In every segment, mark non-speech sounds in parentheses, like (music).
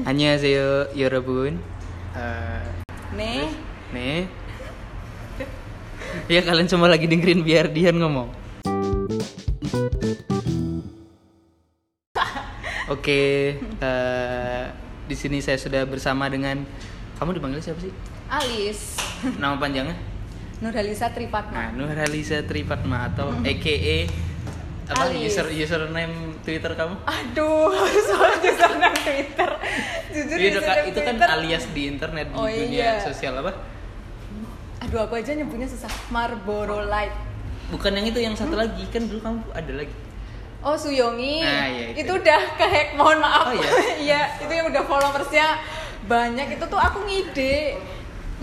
안녕하세요, 여러분. Eh, Nih, nih. ya kalian cuma lagi dengerin biar Dian ngomong. Oke, eh, di sini saya sudah bersama dengan kamu dipanggil siapa sih? Alis Nama panjangnya? Nurhalisa Tripatma. Nah, Nurhalisa Tripatma atau Hmm. AKA apa Alis. user username Twitter kamu? Aduh, (laughs) soal username Twitter. Jujur Iya, itu, kan- username itu kan Twitter- alias di internet di Oh, dunia iya. sosial apa? Aduh, aku aja nyebutnya susah. Marlboro Light. Bukan yang itu, yang satu lagi kan dulu kamu ada lagi. Oh, Suyongi. Nah, iya, itu. itu. udah kehack, mohon maaf. Oh, iya? (laughs) Iya, itu yang udah followersnya banyak. Itu tuh aku ngide.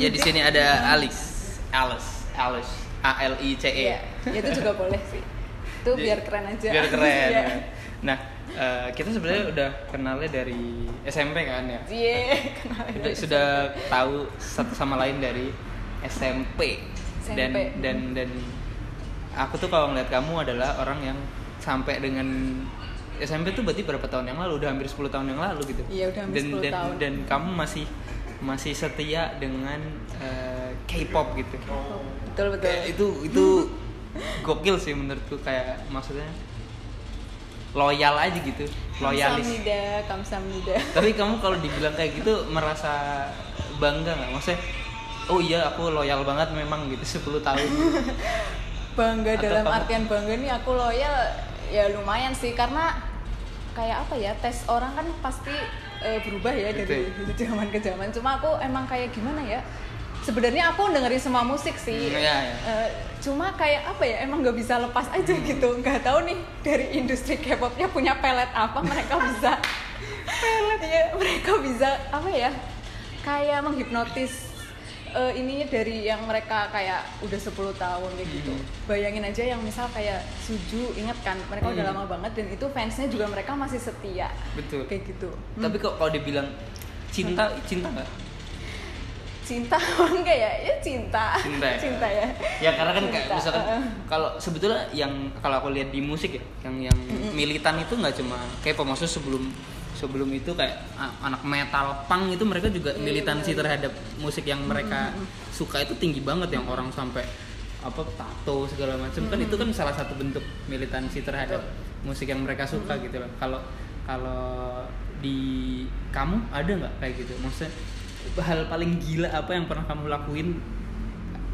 Ya di sini ada Alice, Alice, Alice, A L I C E. Iya, ya itu juga boleh sih. Itu Jadi, biar keren aja. Biar keren. (laughs) Iya. Nah, eh, kita sebenarnya udah kenalnya dari SMP kan ya. Iya, (laughs) kenalin Sudah, aja. sudah tahu satu sama lain dari SMP. Dan SMP. dan dan aku tuh kalau ngeliat kamu adalah orang yang sampai dengan SMP tuh berarti berapa tahun yang lalu? Udah hampir 10 tahun yang lalu gitu. Iya, udah hampir dan, 10 dan, tahun. Dan kamu masih masih setia dengan eh, K-pop gitu. Betul, betul. Kayak itu itu gokil sih menurutku kayak maksudnya loyal aja gitu loyalis Kamsahamnida, kamsahamnida. tapi kamu kalau dibilang kayak gitu merasa bangga nggak maksudnya oh iya aku loyal banget memang gitu 10 tahun bangga Atau dalam kamu- artian bangga nih aku loyal ya lumayan sih karena kayak apa ya tes orang kan pasti eh, berubah ya dari (laughs) zaman ke zaman cuma aku emang kayak gimana ya sebenarnya aku dengerin semua musik sih Hmm, iya, Hmm. iya. Eh, cuma kayak apa ya emang nggak bisa lepas aja gitu nggak tahu nih dari industri K-popnya punya pelet apa mereka bisa (laughs) pelet ya mereka bisa apa ya kayak menghipnotis eh, ininya dari yang mereka kayak udah 10 tahun kayak gitu bayangin aja yang misal kayak Suju inget kan mereka udah Hmm. lama banget dan itu fansnya juga mereka masih setia betul kayak gitu tapi kok kalau dibilang cinta cinta nggak cinta (laughs) enggak ya ya cinta cinta ya? ya ya karena kan kayak Cinta, misalkan heeh. kalau sebetulnya yang kalau aku lihat di musik ya yang yang militan itu nggak cuma kayak maksudnya sebelum sebelum itu kayak a- anak metal punk itu mereka juga Iya, militansi benar. terhadap musik yang mereka suka itu tinggi banget yang orang sampai apa tato segala macam kan itu kan salah satu bentuk militansi terhadap musik yang mereka suka gitu loh kalau kalau di kamu ada nggak kayak gitu maksudnya hal paling gila apa yang pernah kamu lakuin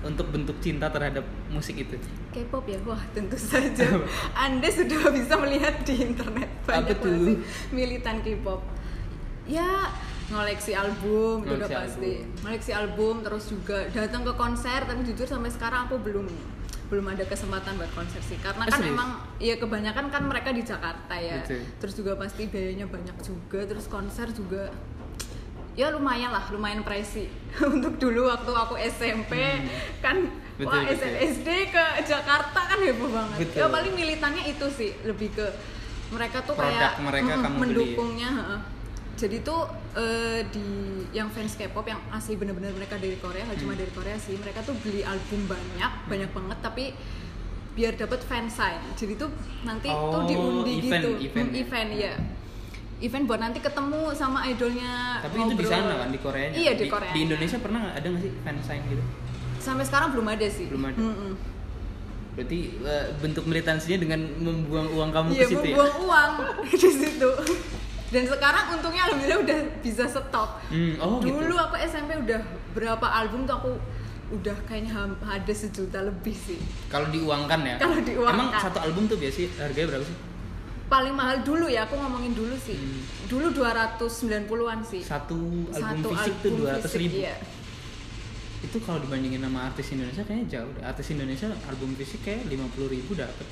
untuk bentuk cinta terhadap musik itu K-pop ya wah tentu saja Anda sudah (laughs) bisa melihat di internet Apa banyak tuh? banget sih militan K-pop ya ngoleksi album itu udah Ngoleksi pasti album. ngoleksi album terus juga datang ke konser tapi jujur sampai sekarang aku belum belum ada kesempatan buat konser sih karena Eh, kan serius? emang ya kebanyakan kan mereka di Jakarta ya Betul. terus juga pasti biayanya banyak juga terus konser juga ya lumayan lah lumayan pricey (laughs) untuk dulu waktu aku SMP kan Hmm. Betul, wah betul. SNSD ke Jakarta kan heboh banget Betul. ya paling militannya itu sih lebih ke mereka tuh Produk kayak mereka mm, kamu beli. mendukungnya heeh. jadi tuh eh, di yang fans K-pop yang asli bener-bener mereka dari Korea Hmm. nggak cuma dari Korea sih mereka tuh beli album banyak banyak banget tapi biar dapat fansign jadi tuh nanti tuh Oh, diundi event, gitu event. Hmm. Mm, event ya event buat nanti ketemu sama idolnya tapi itu di ngobrol. sana kan di Korea iya di, Korea di Indonesia pernah nggak ada nggak sih fansign gitu sampai sekarang belum ada sih Belum ada. Mm-mm. berarti eh, bentuk militansinya dengan membuang uang kamu Iya, ke situ ya membuang uang (laughs) di situ. Dan sekarang untungnya alhamdulillah udah bisa stop. Hmm, oh gitu Dulu aku SMP udah berapa album tuh aku udah kayaknya ham- ada sejuta lebih sih. kalau diuangkan ya Kalau diuangkan. emang satu album tuh biasanya harganya berapa sih Paling mahal dulu ya, aku ngomongin dulu sih. Hmm. Dulu 290-an sih. satu album fisik tuh dua ratus fisik, ribu iya. (laughs) itu kalau dibandingin sama artis Indonesia kayaknya jauh deh. artis Indonesia album fisik kayak lima puluh ribu dapet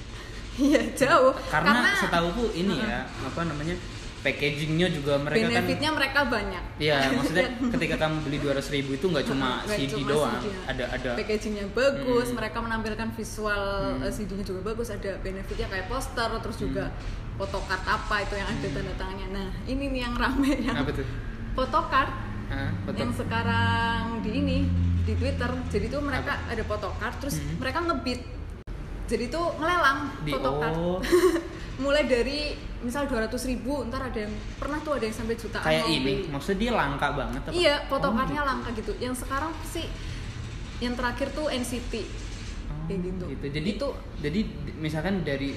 Iya, jauh. karena, setahuku ini ya apa namanya packagingnya juga mereka kan benefitnya mereka banyak. (laughs) Iya, maksudnya ketika kamu beli 200.000 ribu itu nggak cuma Nggak CD cuma doang, CD-nya. ada ada packagingnya bagus, Hmm. mereka menampilkan visual eh, CD-nya juga bagus, ada benefitnya kayak poster, terus juga Hmm. photocard apa itu yang ada tanda tangannya. Nah ini nih yang rame yang apa tuh? photocard Hah? Foto. yang sekarang di ini di Twitter. Jadi tuh mereka ada photocard, terus Hmm. mereka ngebit. Jadi tuh ngelelang Di photocard. oh, mulai dari misal 200 ribu ntar ada yang pernah tuh ada yang sampai jutaan kayak loh. ini maksudnya dia langka banget apa? iya fotokartnya Oh, langka gitu yang sekarang sih yang terakhir tuh NCT Oh, kayak gitu. jadi Itu- jadi di- misalkan dari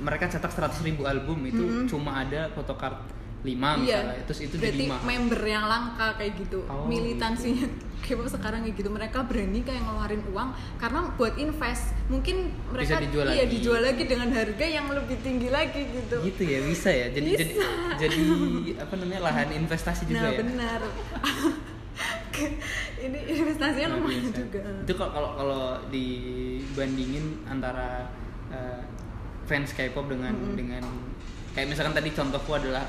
mereka cetak 100.000 ribu album itu Mm-mm. cuma ada photocard 5 misalnya terus itu iya. berarti jadi 5 member yang langka kayak gitu Oh, militansinya K-pop sekarang (laughs) kayak gitu mereka berani kayak ngeluarin uang karena buat invest mungkin mereka dijual iya lagi. dijual lagi dengan harga yang lebih tinggi lagi gitu gitu ya bisa ya jadi Bisa. jadi jadi apa namanya lahan investasi juga nah ya (laughs) benar ini investasinya Luar lumayan Iya, biasa. juga itu kalau kalau kalau dibandingin antara eh, fans K-pop dengan Mm-mm. dengan kayak misalkan tadi contohku adalah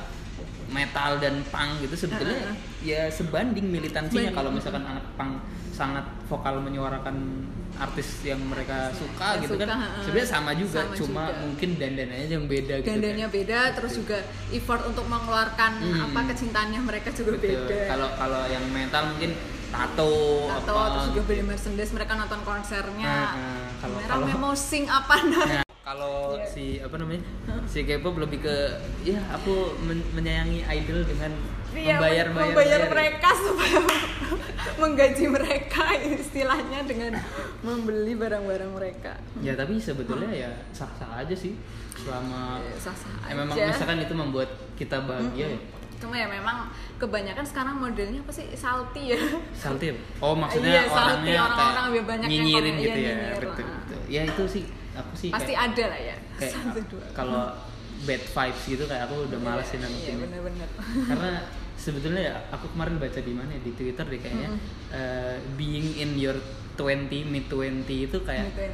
metal dan punk gitu sebetulnya Ah, ah, ya sebanding militansinya Sebanding. kalau misalkan anak punk sangat vokal menyuarakan artis yang mereka suka Iya, Yang gitu suka, kan ah, ah. sebenarnya sama juga Sama cuma juga. mungkin dandanannya yang beda gitu kan. gandanya beda terus juga effort untuk mengeluarkan Hmm. apa kecintaannya mereka juga Betul. beda kalau kalau yang metal mungkin tato, atau apa terus juga beli merchandise mereka nonton konsernya Nah, nah, kalau- mereka kalau- mau sing (laughs) apa nah Nah, kalau Iya. si apa namanya si K-pop lebih ke ya aku men- menyayangi idol dengan Iya, membayar mem- bayar, membayar mereka supaya (laughs) menggaji mereka istilahnya dengan membeli barang-barang mereka ya tapi sebetulnya ya sah sah aja sih selama Eh, sah-sah eh, memang aja. misalkan itu membuat kita bahagia ya cuma ya memang kebanyakan sekarang modelnya apa sih salty ya salty oh maksudnya Iya, salty. orangnya Orang-orang kayak lebih banyak yang nyinyirin komen, gitu iya, ya nyinyir betul, lah. betul. ya itu sih aku sih pasti kayak, ada lah ya kayak satu dua kalau bad vibes gitu kayak aku udah males sih iya, iya nanti benar-benar karena sebetulnya ya, aku kemarin baca di mana ya, di Twitter deh kayaknya eh, being in your 20 mid 20 itu kayak Gitu ya.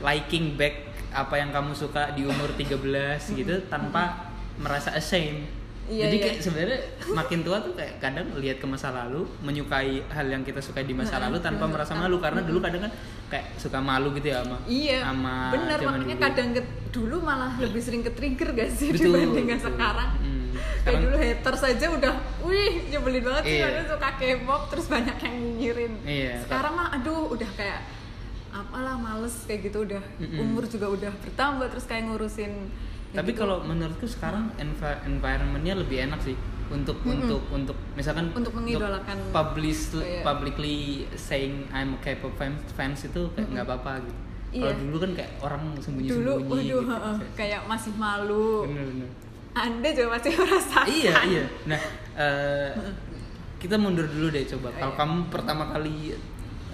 liking back apa yang kamu suka di umur 13 gitu tanpa merasa ashamed. Iya, Jadi iya. kayak sebenarnya makin tua tuh kayak kadang lihat ke masa lalu, menyukai hal yang kita sukai di masa lalu tanpa bener. merasa malu karena dulu kadang kan kayak suka malu gitu ya sama Iya, sama benar zaman makanya dulu. kadang ke- dulu malah lebih sering ke trigger gak sih (laughs) Betul, dibandingkan betul. sekarang. Mm. Kayak Sekarang- dulu haters aja udah, wih nyebelin banget sih Iya. karena suka K-pop terus banyak yang nyinyirin. Iya, Sekarang mah aduh udah kayak apalah males kayak gitu udah Mm-mm. umur juga udah bertambah terus kayak ngurusin. kayak tapi gitu. kalau menurutku sekarang envi- environmentnya lebih enak sih untuk Mm-mm. untuk untuk misalkan Untuk mengidolakan. publish Iya. publicly saying I'm a K-pop fans, fans itu kayak Mm-mm. nggak apa-apa gitu Iya. kalau dulu kan kayak orang sembunyi dulu sembunyi waduh gitu. heeh, kayak masih malu. bener bener Anda juga masih (laughs) merasakan. iya iya nah eh, kita mundur dulu deh coba kalau Iya. kamu pertama kali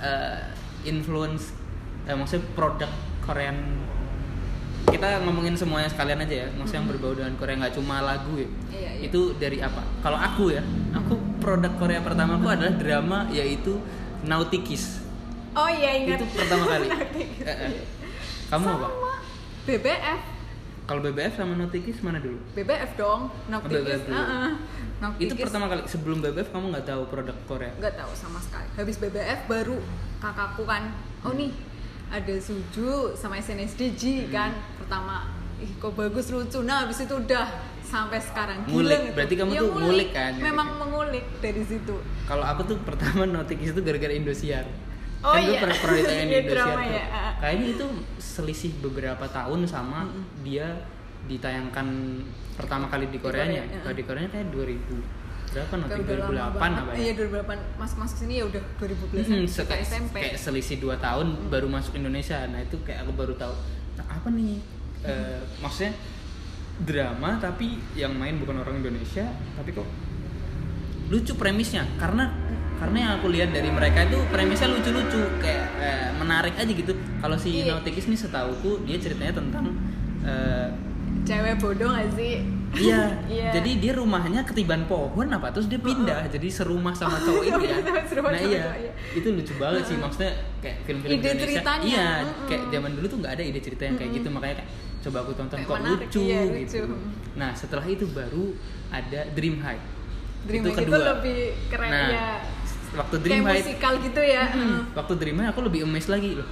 eh, influence eh, maksudnya produk Korean kita ngomongin semuanya sekalian aja ya maksudnya yang berbau dengan Korea nggak cuma lagu ya Mm-hmm. Iya, iya. itu dari apa kalau aku ya aku produk Korea pertamaku adalah drama yaitu Nautikis Oh iya ingat. itu pertama (laughs) kali Eh, eh. kamu apa Sama. BBF kalau BBF sama Nautikis mana dulu BBF dong, Ah, Nocticus. BBF dulu. Heeh. itu Nocticus. pertama kali sebelum BBF kamu nggak tahu produk Korea nggak tahu sama sekali. Habis BBF baru kakakku kan, oh Hmm. nih ada Suju sama SNSD kan pertama. Ih kok bagus lucu. Nah, habis itu udah sampai sekarang. Gila Ngulik. gitu. Berarti kamu Ya, tuh ngulik kan, ya. Memang mengulik dari situ. Kalau aku tuh pertama notikis itu gara-gara Indosiar. Oh kan gue iya. pernah pernah (laughs) ditanyain di Iya, Indosiar drama tuh. ya, ah. Kayaknya itu selisih beberapa tahun sama Mm-mm. dia ditayangkan pertama kali di Di Koreanya. Korea, ya. Kalau di Koreanya kayak 2000 berapa nanti Kayak udah lama 2008 banget. apa Iya, ya? 2008. Masuk-masuk sini ya udah 2011 Hmm, se- kita SMP. kayak selisih 2 tahun baru masuk Indonesia. Nah, itu kayak aku baru tahu. Nah, apa nih? Eh, maksudnya drama tapi yang main bukan orang Indonesia, tapi kok lucu premisnya karena karena yang aku lihat dari mereka itu premisnya lucu-lucu kayak eh, menarik aja gitu kalau si Iya. Nautikis nih setauku dia ceritanya tentang eh, Cewek bodoh gak sih? iya Iya. jadi dia rumahnya ketiban pohon apa terus dia pindah jadi serumah (laughs) sama cowok itu ya Sama serumah nah sama iya cowok, iya. itu lucu banget sih maksudnya kayak film-film Ide Indonesia ceritanya, iya mm-mm. kayak zaman dulu tuh nggak ada ide cerita yang kayak gitu makanya kayak coba aku tonton Kayak kok menarik, lucu iya, gitu lucu. nah setelah itu baru ada Dream High Dream itu Hack kedua lebih keren nah, ya. waktu Dream Kayak High musikal gitu ya. Hmm, waktu Dream High aku lebih amazed lagi loh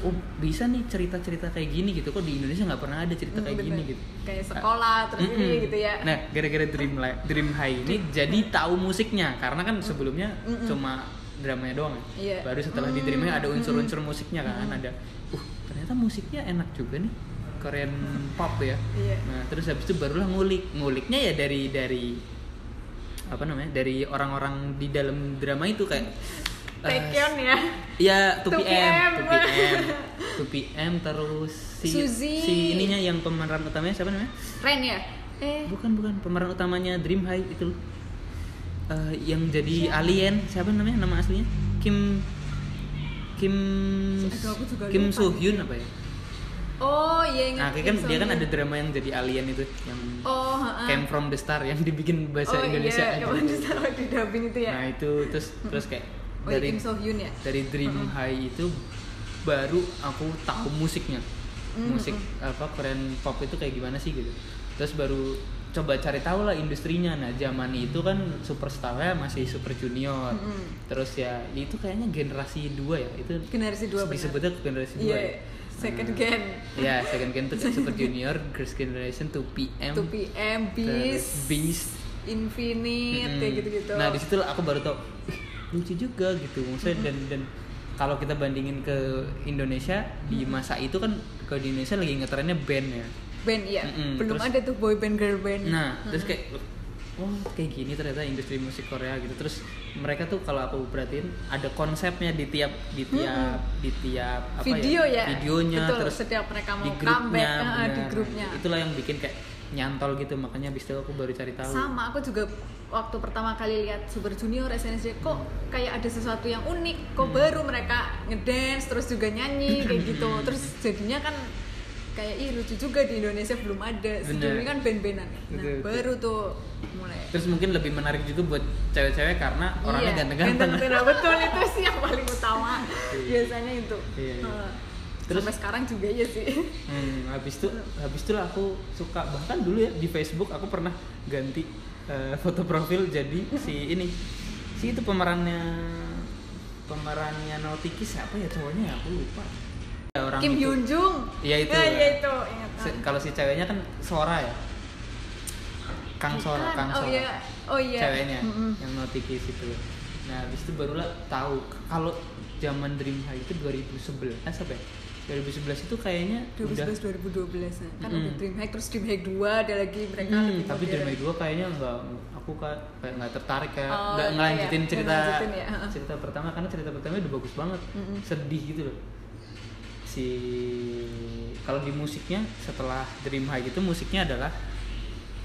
oh bisa nih cerita-cerita kayak gini gitu kok di Indonesia nggak pernah ada cerita Hmm, kayak bener. gini gitu Kayak sekolah terus Mm-mm. ini gitu ya. nah gara-gara Dream Li- Dream High ini jadi tahu musiknya karena kan sebelumnya Mm-mm. cuma dramanya doang ya. Iya. baru setelah di Dreamnya ada unsur-unsur musiknya kan ada uh ternyata musiknya enak juga nih Korean pop ya Iya. nah terus habis itu barulah ngulik nguliknya ya dari dari apa namanya dari orang-orang di dalam drama itu (laughs) kayak eh, Taekyon ya. Ya, 2 2 PM, 2 2 PM, 2 PM terus si Suzy. si ininya yang pemeran utamanya siapa namanya? Ren ya? Eh, Bukan, bukan pemeran utamanya Dream High itu. loh. Eh, yang jadi alien, siapa namanya nama aslinya? Kim Kim Aduh, aku juga Kim lupa. So Hyun apa ya? oh iya ingat. Nah, kayak kan Kim dia kan Soo-hyun. ada drama yang jadi alien itu yang Oh, heeh. Came from the Star yang dibikin bahasa oh, Indonesia. Iya, aja. yang ditaruh di dubbing itu ya. Nah, itu terus terus kayak oh, iya, Kim So Hyun ya. dari Dream High itu baru aku tahu musiknya Mm, musik apa Korean pop itu kayak gimana sih gitu terus baru coba cari tahu lah industrinya nah zaman itu kan superstarnya masih super junior Mm-mm. terus ya itu kayaknya generasi dua ya itu Generasi dua benar. disebutnya generasi dua Iya, second gen. (laughs) ya second gen itu kayak super junior girls generation 2pm 2 PM, terus Beast, Beast Infinite, Mm-mm. kayak gitu-gitu. Nah, di situ lah aku baru tau "Ih, lucu juga gitu. Maksudnya dan dan kalau kita bandingin ke Indonesia di masa itu kan ke di Indonesia lagi ngetrennya band ya. band ya. Mm-mm, Belum hmm, terus- ada tuh boy band girl band. Hmm. Nah, terus kayak oh kayak gini ternyata industri musik Korea gitu. Terus mereka tuh kalau aku perhatiin ada konsepnya di tiap di tiap di tiap apa video ya. ya? Videonya Betul, terus setiap mereka mau di comeback, grupnya, heeh, di benar. grupnya. Itulah yang bikin kayak nyantol gitu. Makanya abis itu aku baru cari tahu. Sama, aku juga waktu pertama kali lihat Super Junior SNSD kok kayak ada sesuatu yang Hmm. unik, kok baru mereka ngedance terus juga nyanyi kayak gitu. (laughs) Terus jadinya kan kayak ih lucu juga di Indonesia belum ada. Sebelumnya kan band-bandan. Nah, Betul, betul. baru tuh mulai Terus mungkin lebih menarik juga buat cewek-cewek karena orangnya Iya, ganteng-ganteng. ganteng-ganteng. betul itu sih yang paling utama Iya. biasanya itu Iya, iya. Heeh. Terus- sampai sekarang juga ya sih Hmm, habis itu habis itu aku suka bahkan dulu ya di Facebook aku pernah ganti eh, foto profil jadi si ini. Si itu pemerannya pemerannya Nautikis siapa ya cowoknya ya? aku lupa. Ya, orang Kim itu. Hyun Jung Iya, itu. nah, iya itu ingat Se- kalau si ceweknya kan Sora ya. Kang Sora, Bukan. Kang oh Sora. iya oh iya ceweknya Mm-mm. yang notifikasi itu nah habis itu barulah tahu kalau zaman Dream High itu 2011 apa ya 2011 itu kayaknya udah 2011 2012 nah. kan ada Mm-mm. Dreamhack terus Dreamhack 2 ada lagi mereka Hmm, lebih tapi Dream modern. High 2 kayaknya nggak aku kan kayak nggak tertarik kayak Oh, nggak iya, ngelanjutin iya. cerita Nggak ngelanjutin ya, heeh. cerita pertama karena cerita pertama udah bagus banget Mm-mm. sedih gitu loh si kalau di musiknya setelah Dream High itu musiknya adalah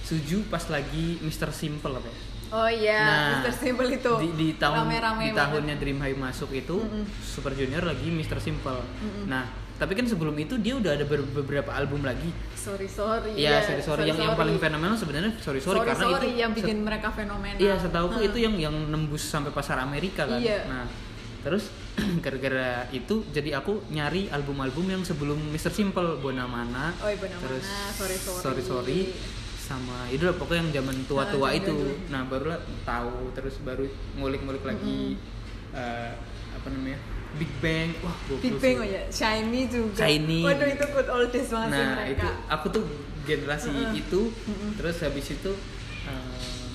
Suju pas lagi Mr. Simple apa ya oh iya Nah, Mr. Simple itu di, di tahun Gitu. rame-rame di banget. tahunnya Dream High masuk itu Mm-mm. Super Junior lagi Mr. Simple. Nah, tapi kan sebelum itu dia udah ada ber- beberapa album lagi. sorry sorry Iya, sorry sorry yang yang paling fenomenal sebenarnya sorry sorry, sorry karena sorry itu yang se- bikin mereka fenomenal Iya, setahuku itu yang yang nembus sampai pasar Amerika kan. Iya. Nah, terus (clears throat) gara-gara itu jadi aku nyari album-album yang sebelum Mr. Simple Bonamana. Oh, iya, Bonamana, terus Sorry Sorry. Sorry Sorry, sama itu lah pokoknya yang zaman tua-tua Ah, itu. zaman-zaman. Nah, barulah tahu terus baru ngulik-ngulik lagi eh, apa namanya? Big Bang. Wah, gokil Big sih. Bang oh ya, Shiny juga. Shiny. Waduh itu good old days banget sih Nah, mereka. itu aku tuh generasi Mm-mm. itu. Mm-mm. Terus habis itu eh,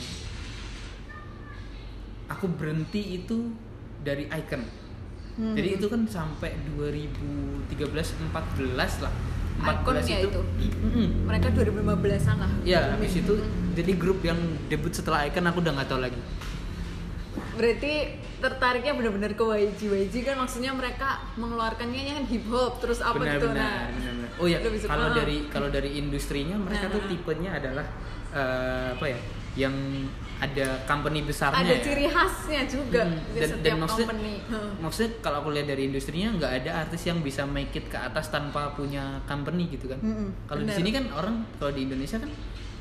aku berhenti itu dari Icon. Hmm. Jadi itu kan sampai 2013 14 lah. 14 Icon ya itu. Mm-mm. Mereka 2015-an lah. Hmm. Ya, habis itu jadi grup yang debut setelah Icon aku udah nggak tahu lagi. Berarti tertariknya benar-benar ke YG. YG kan maksudnya mereka mengeluarkannya yang hip hop terus apa gitu nah. benar, benar, benar. Oh ya, Lebih suka. ah. Nah, kalau dari kalau dari industrinya mereka tuh tipenya adalah eh, apa ya? Yang ada company besarnya. ada ya. ciri khasnya juga Hmm, di dan, setiap dan maksudnya, company. Heeh. maksudnya kalau aku lihat dari industrinya nggak ada artis yang bisa make it ke atas tanpa punya company gitu kan. Mm-mm, kalau di benar. sini kan orang kalau di Indonesia kan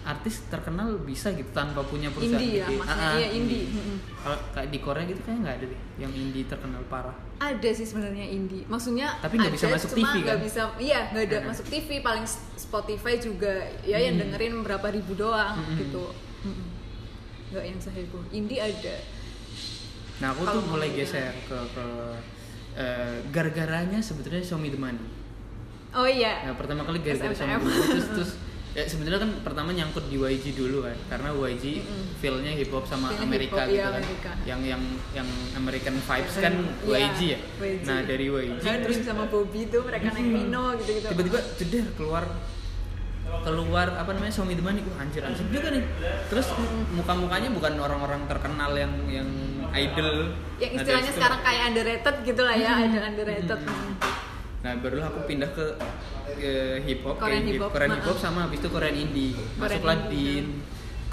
artis terkenal bisa gitu tanpa punya perusahaan Indie ya, gede. maksudnya Ah, ah, iya, indie. Mm-mm. Kalau kayak di Korea gitu kayaknya nggak ada deh yang indie terkenal parah. ada sih sebenarnya indie maksudnya Tapi nggak bisa ada, masuk cuma TV nggak kan? bisa iya nggak ada Nah. masuk TV paling s- Spotify juga ya yang Hmm. dengerin berapa ribu doang Mm-mm. gitu Mm-mm. nggak yang seheboh indie ada Nah aku Kalau tuh mulai ngomongin- geser ke ke eh, gara-garanya sebetulnya Xiaomi the Money. oh iya Nah, pertama kali gara-gara SMTM. (laughs) Xiaomi the Money, terus terus ya sebenarnya kan pertama nyangkut di YG dulu kan karena YG Mm-mm. feel-nya hip hop sama Feel-nya Amerika hip-hop, gitu iya, kan Amerika. yang yang yang American vibes kan Iya, YG ya YG. nah dari YG Kan terus Dream sama Bobby tuh mereka naik Hmm. Mino gitu-gitu. tiba-tiba jeder keluar keluar apa namanya Somi The Money wah anjir anjir juga nih terus muka-mukanya bukan orang-orang terkenal yang yang idol yang Nah, dari istilahnya situ- sekarang kayak underrated gitu lah ya, ada underrated. Hmm. Nah, barulah aku pindah ke, ke hip hop, Korean ke hip hop, Korean hip hop maaf. sama habis itu Korean indie. Masuklah indie, di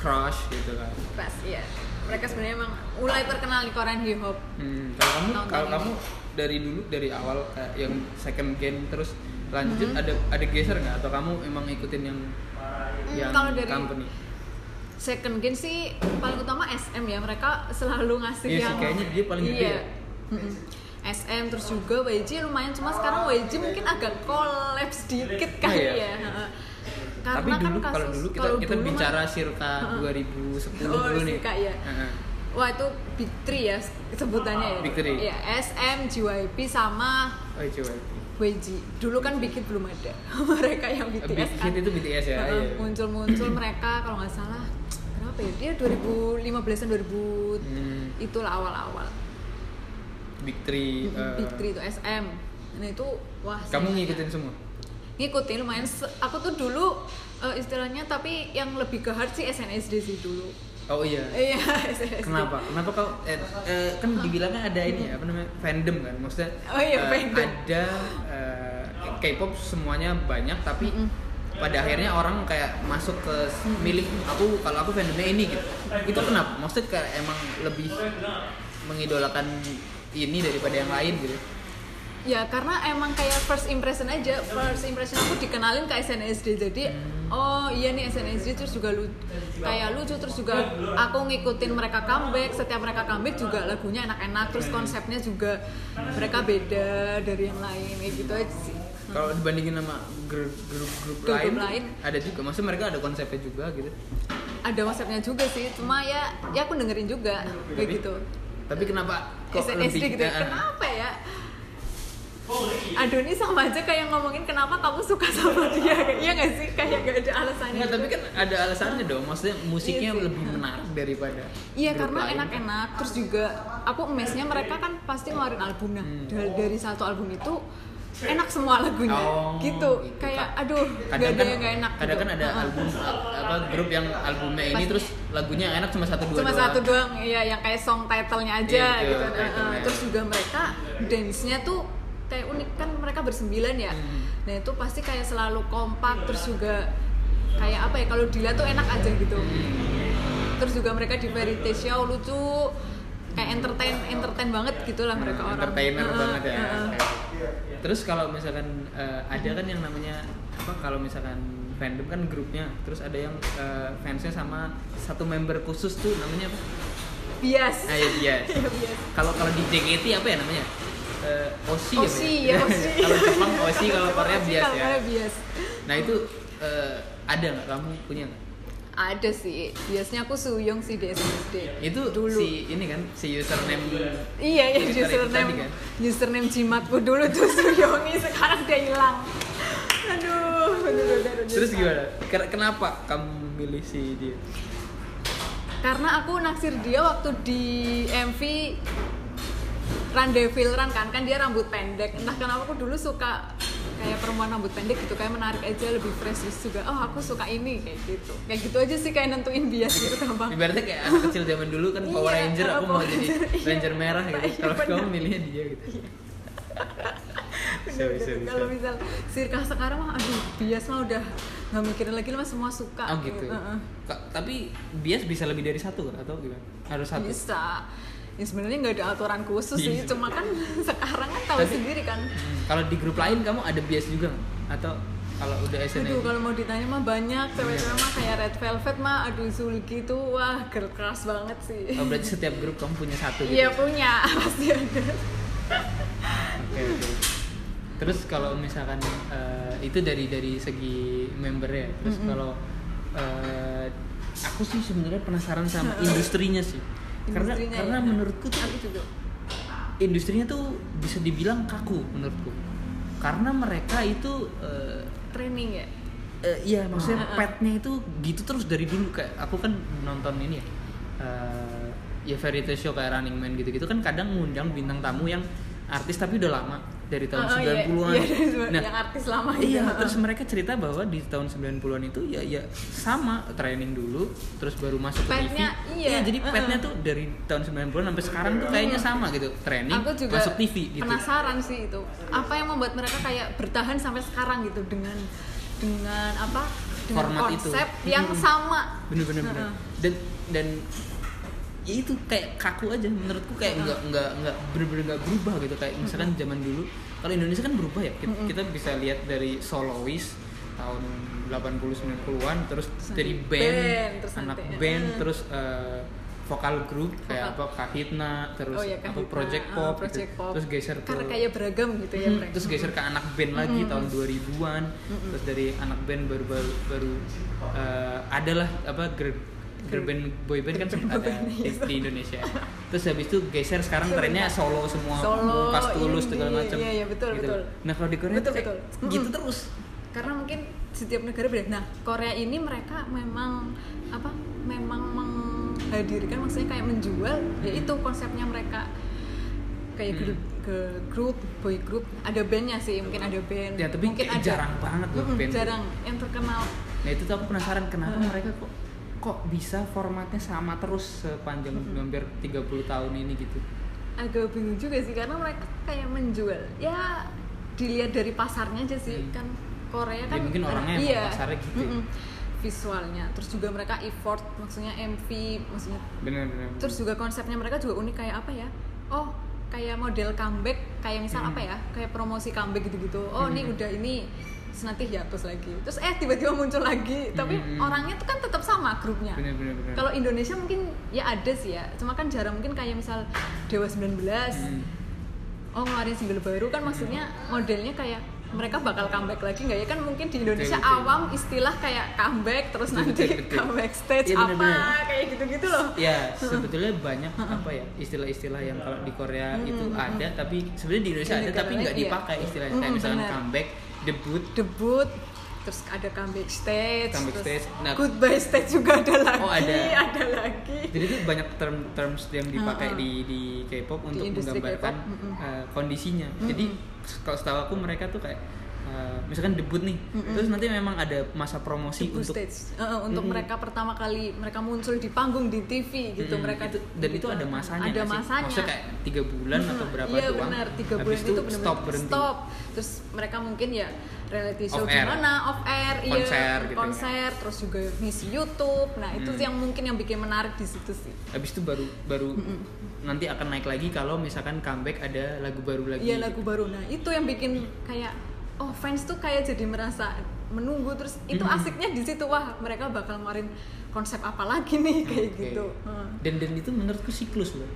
Crush gitu kan. Pas ya. Mereka sebenarnya emang mulai terkenal di Korean hip hop. Hmm, kalau kamu Nonton kalau ini. kamu dari dulu dari awal eh, yang second gen terus lanjut Hmm. ada ada geser nggak atau kamu emang ngikutin yang yang Hmm, kalau dari- company? Second gen sih paling utama SM ya, mereka selalu ngasih Iya sih, yang kayaknya dia paling gede Iya. ya. Mm-mm. SM terus juga YG lumayan cuma sekarang YG mungkin agak collapse dikit kali Iya. ya. Heeh. Karena Tapi dulu kan kasus kalau dulu kita kalau kita dulu kan- bicara circa 2010 Oh, dulu nih. circa, iya. Heeh. Wah itu Big Three ya sebutannya ya. Big Three. Iya, SM, JYP sama Oh, iya, coba. YG. Dulu kan Big Hit belum ada. (laughs) mereka yang BTS Big kan. Hit itu BTS ya. Heeh, iya. Muncul-muncul mereka kalau nggak salah berapa ya? Dia 2015-an 2000 Hmm, itulah awal-awal. Big Three. eh, Big Three itu SM. Nah itu wah. Kamu seneng ya. ngikutin semua? Ngikutin lumayan. se- Aku tuh dulu eh, istilahnya tapi yang lebih ke hard sih SNSD sih dulu. Oh iya. Iya, (laughs) SNSD. Kenapa? Kenapa kau eh, eh, kan dibilangnya ada ini ya, apa namanya? fandom kan. Maksudnya Oh iya, eh, fandom. ada eh, K-pop semuanya banyak tapi Mm-mm. pada akhirnya orang kayak masuk ke milik aku kalau aku fandomnya ini gitu. Itu kenapa? Maksudnya kayak emang lebih mengidolakan ini daripada yang lain gitu. Ya karena emang kayak first impression aja First impression aku dikenalin ke SNSD Jadi Hmm. oh iya nih SNSD terus juga lu, kayak lucu Terus juga aku ngikutin mereka comeback Setiap mereka comeback juga lagunya enak-enak Terus konsepnya juga mereka beda dari yang lain Kayak gitu aja sih Kalau dibandingin sama gr- grup-grup Grup-grup lain, lain. ada juga. Maksudnya mereka ada konsepnya juga gitu. Ada whatsappnya juga sih Cuma ya ya aku dengerin juga Kayak Iya, Tapi- gitu Tapi kenapa kok lebih Oh, iya. SNSD gitu ya. eh, eh. Kenapa ya? Aduh ini sama aja kayak ngomongin kenapa kamu suka sama (laughs) dia kayak Iya gak sih? Kayak gak ada alasannya Enggak, gitu. tapi kan ada alasannya dong. Maksudnya musiknya Iya sih. lebih menarik daripada Iya grup karena lain. enak-enak terus juga aku emesnya mereka kan pasti ngeluarin album nah Hmm. dari, dari satu album itu enak semua lagunya Oh, gitu gitu. kayak aduh gak Kadang ada kan, yang gak enak kadang gitu. kan ada Heeh. album apa grup yang albumnya ini Pasti. terus lagunya enak cuma satu dua cuma doang. satu doang iya yang kayak song title-nya aja Iya, iya, gitu nah, title-nya. eh, terus juga mereka dance-nya tuh kayak unik kan mereka bersembilan ya Hmm. nah itu pasti kayak selalu kompak terus juga kayak apa ya kalau dila tuh enak aja gitu terus juga mereka di variety show lucu kayak entertain entertain banget gitulah Hmm, mereka orang entertainer Heeh, banget ya. heeh. Terus kalau misalkan eh, ada kan yang namanya apa kalau misalkan fandom kan grupnya, terus ada yang eh, fansnya sama satu member khusus tuh namanya apa? bias Ayo bias. Iya, (laughs) bias Kalau kalau di JKT apa ya namanya? Eh, Oshi, ya, Osi Bu? ya Osi (laughs) kalau Jepang Oshi, kalau Korea Osi, bias kalau ya. Korea bias Nah itu eh, ada nggak kamu punya nggak? Ada sih, biasanya aku Suyong sih di SNSD Itu dulu. si ini kan si username Iya, ya Twitter itu username, tadi kan? username jimatku dulu tuh Suyongi, sekarang dia hilang Aduh, bener-bener terus gimana? Ken- Kenapa kamu milih si dia? Karena aku naksir dia waktu di MV Run Devil Run kan, kan dia rambut pendek Entah kenapa aku dulu suka kayak perempuan rambut pendek gitu Kayak menarik aja, lebih fresh terus juga Oh aku suka ini, kayak gitu Kayak gitu aja sih, kayak nentuin bias gitu gampang Ibaratnya kayak anak kecil zaman dulu kan Power Iya, Ranger aku mau Power jadi Ranger, iya. Ranger merah gitu. Iya, Kalau kamu benar. Iya. milihnya dia gitu. Bisa, Bener-bener. bisa, bisa. Kalau misal sirkah sekarang mah aduh bias mah udah nggak mikirin lagi lah semua suka. Oh gitu. Heeh. Ka- Tapi bias bisa lebih dari satu kan? atau gimana? Harus satu. Bisa. Ya sebenarnya nggak ada aturan khusus sih, Iya. cuma kan (laughs) sekarang kan tahu Tapi- sendiri kan. Hmm. Kalau di grup lain kamu ada bias juga nggak? Atau kalau udah Aduh SNM? kalau mau ditanya mah banyak cewek-cewek mah kayak Red Velvet mah aduh Zulki tuh wah girl crush banget sih. Oh, (laughs) berarti setiap grup kamu punya satu gitu. Iya punya (laughs) pasti ada. Oke, oke. Terus kalau misalkan eh, itu dari dari segi membernya, terus kalau eh, aku sih sebenarnya penasaran sama industrinya sih, karena Industrinya karena ya. menurutku tuh Aku juga. industrinya tuh bisa dibilang kaku menurutku, karena mereka itu eh, Training ya. eh, iya maksudnya Heeh. petnya itu gitu terus dari dulu kayak aku kan nonton ini ya eh, ya variety show kayak Running Man gitu-gitu kan kadang ngundang bintang tamu yang artis tapi udah lama dari tahun Heeh, iya. 90-an. Iya, (laughs) dari sembilan- nah, yang artis lama Iya, gitu. terus mereka cerita bahwa di tahun 90-an itu ya ya sama training dulu, terus baru masuk ke Petnya, TV. iya. jadi Heeh. petnya tuh dari tahun 90-an sampai sekarang tuh kayaknya sama gitu. Training aku juga masuk TV gitu. penasaran sih itu apa yang membuat mereka kayak bertahan sampai sekarang gitu dengan dengan apa dengan Format itu. konsep yang Mm-mm. sama Bener-bener bener. Heeh. Dan dan ya itu kayak kaku aja menurutku kayak nggak nggak nggak bener-bener nggak berubah gitu kayak misalkan zaman dulu kalau Indonesia kan berubah ya kita, kita bisa lihat dari solois tahun 80-90-an terus Terus dari nanti band, band, terus anak nanti- band Mm. terus eh, vokal grup kayak apa Vokal. Kahitna terus oh ya kan apa Hipna, project ah, pop, gitu. project pop. terus geser ke karena kayak beragam gitu ya Hmm, mereka terus geser ke anak band lagi Hmm. tahun 2000-an terus dari anak band baru baru baru eh, adalah apa girl, girl band boy band kan sempat ada band, di, iya. di Indonesia terus habis itu geser sekarang trennya solo semua Solo, pas tulus indie, segala macam iya, iya, betul, gitu. betul. nah kalau di Korea Betul, tuh kayak betul. Mm-mm. gitu terus karena mungkin setiap negara beda. Nah, Korea ini mereka memang apa? Memang menghadirkan maksudnya kayak menjual Hmm. yaitu konsepnya mereka kayak grup girl group, boy group, ada bandnya sih, mungkin ada band. ya tapi mungkin kayak jarang banget loh Mm-mm, band Hmm, Jarang Hmm. yang terkenal. nah itu tuh aku penasaran kenapa mereka kok kok bisa formatnya sama terus sepanjang Hmm. hampir 30 tahun ini gitu Agak bingung juga sih karena mereka kayak menjual. Ya dilihat dari pasarnya aja sih Hmm. kan Korea Ya, kan mungkin orangnya emang iya, pasarnya gitu ya. mm-mm, visualnya terus juga mereka effort maksudnya MV maksudnya bener bener terus juga konsepnya mereka juga unik kayak apa ya oh kayak model comeback kayak misal Hmm. apa ya kayak promosi comeback gitu-gitu oh Hmm. ini udah ini terus nanti hiatus lagi terus eh tiba-tiba muncul lagi tapi Hmm. orangnya tuh kan tetap sama grupnya bener bener bener kalau Indonesia mungkin ya ada sih ya cuma kan jarang mungkin kayak misal Dewa 19 Hmm. oh ngeluarin single baru kan maksudnya modelnya kayak mereka bakal comeback lagi nggak ya kan mungkin di Indonesia Betul, betul. awam istilah kayak comeback terus Betul, nanti betul, betul. comeback stage Iya, apa bener-bener. kayak gitu-gitu loh ya sebetulnya banyak apa ya istilah-istilah yang kalau di Korea itu ada tapi sebenarnya di Indonesia Di ada negara tapi nggak lain, iya. dipakai istilahnya kayak Mm-mm, misalnya benar. comeback debut debut terus ada comeback stage Comeback terus stage, nah- goodbye stage juga ada lagi Oh, ada. lagi jadi itu banyak term terms yang dipakai Mm-mm. di di K-pop untuk industri menggambarkan K-pop, mm-mm. eh, kondisinya jadi kalau setahu aku mereka tuh kayak eh, misalkan debut nih terus nanti memang ada masa promosi debut untuk stage Eh, Mm-mm. untuk mereka pertama kali mereka muncul di panggung di TV gitu Mm-mm. mereka Itu- dan itu ada masanya ada nggak sih? masanya maksudnya kayak tiga bulan Hmm, atau berapa iya doang benar tiga habis bulan itu, itu benar-benar stop berhenti stop terus mereka mungkin ya reality show Off air. gimana off air iya, Konser gitu ya. konser terus juga ngisi YouTube nah itu Hmm. yang mungkin yang bikin menarik di situ sih habis itu baru baru nanti akan naik lagi kalau misalkan comeback ada lagu baru lagi Iya lagu baru. Nah itu yang bikin kayak oh fans tuh kayak jadi merasa menunggu terus itu Mm-mm. asiknya di situ wah mereka bakal ngeluarin konsep apa lagi nih kayak Oke. gitu. Heeh. Dan dan itu menurutku siklus loh.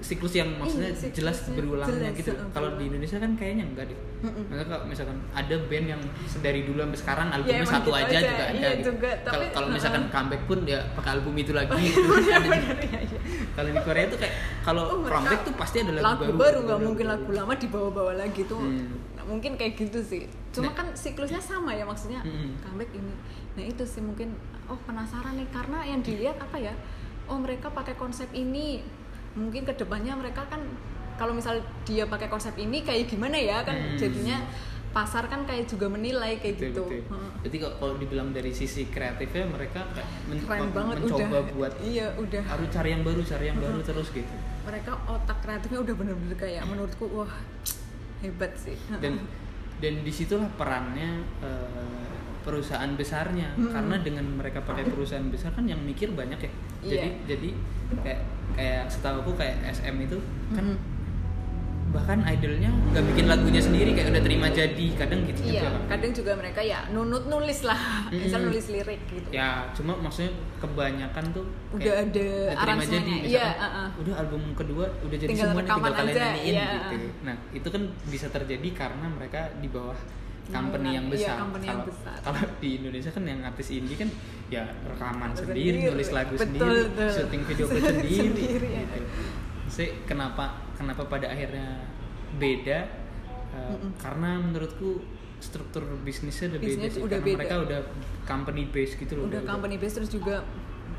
Siklus yang maksudnya Iya, siklusnya jelas berulangnya jelas, gitu. heeh, Kalau di berulang. Indonesia kan kayaknya enggak deh. Mm-mm. Maksudnya kalau misalkan ada band yang dari dulu sampai sekarang albumnya emang satu gitu aja, aja. juga ada. Iya, gitu. juga. Tapi, Kalau kalau misalkan heeh. comeback pun ya pakai album itu lagi. Gitu. Bener-bener, iya, iya. kalau di Korea tuh kayak kalau Oh, mereka comeback tuh pasti ada lagu, lagu baru. baru nggak mungkin lagu lama dibawa-bawa lagi tuh Hmm. Nah, mungkin kayak gitu sih Nah. cuma Hmm. kan siklusnya sama ya maksudnya Mm-mm. comeback ini nah itu sih mungkin oh penasaran nih karena yang dilihat apa ya oh mereka pakai konsep ini mungkin kedepannya mereka kan kalau misal dia pakai konsep ini kayak gimana ya kan Hmm. jadinya pasar kan kayak juga menilai kayak gitu Betul, betul. Heeh. Jadi kalau- kalau dibilang dari sisi kreatifnya mereka kayak men- keren banget mencoba udah buat iya Hmm. udah harus cari yang baru, cari yang baru terus gitu. mereka otak kreatifnya udah bener-bener kayak menurutku wah hebat sih (laughs) dan dan disitulah perannya eh, perusahaan besarnya Mm-mm. karena dengan mereka pakai perusahaan besar kan yang mikir banyak ya jadi Hmm. Iya. jadi kayak kayak setahu aku kayak SM itu kan Mm-mm. bahkan idolnya nggak bikin lagunya sendiri kayak udah terima jadi kadang gitu iya juga kan kadang juga mereka ya nunut nulis lah (laughs) Mm-mm. misal nulis lirik gitu ya cuma maksudnya kebanyakan tuh Udah kayak ada terima aransemennya. jadi Iya, misalkan, uh-uh. udah album kedua udah jadi Tinggal semua nih, tinggal rekaman kalian aja, nyanyiin iya. gitu nah itu kan bisa terjadi karena mereka di bawah company Naungan, yang iya, besar company yang kalau besar. kalau di Indonesia kan yang artis indie kan ya rekaman Betul, sendiri, sendiri. nulis lagu Betul, sendiri betul. syuting video klip Sendiri, sendiri, iya. gitu Maksudnya kenapa kenapa pada akhirnya beda Eh, Mm-mm. karena menurutku struktur bisnisnya udah Bisnis beda sih, udah karena beda. mereka udah company based gitu loh udah company based terus juga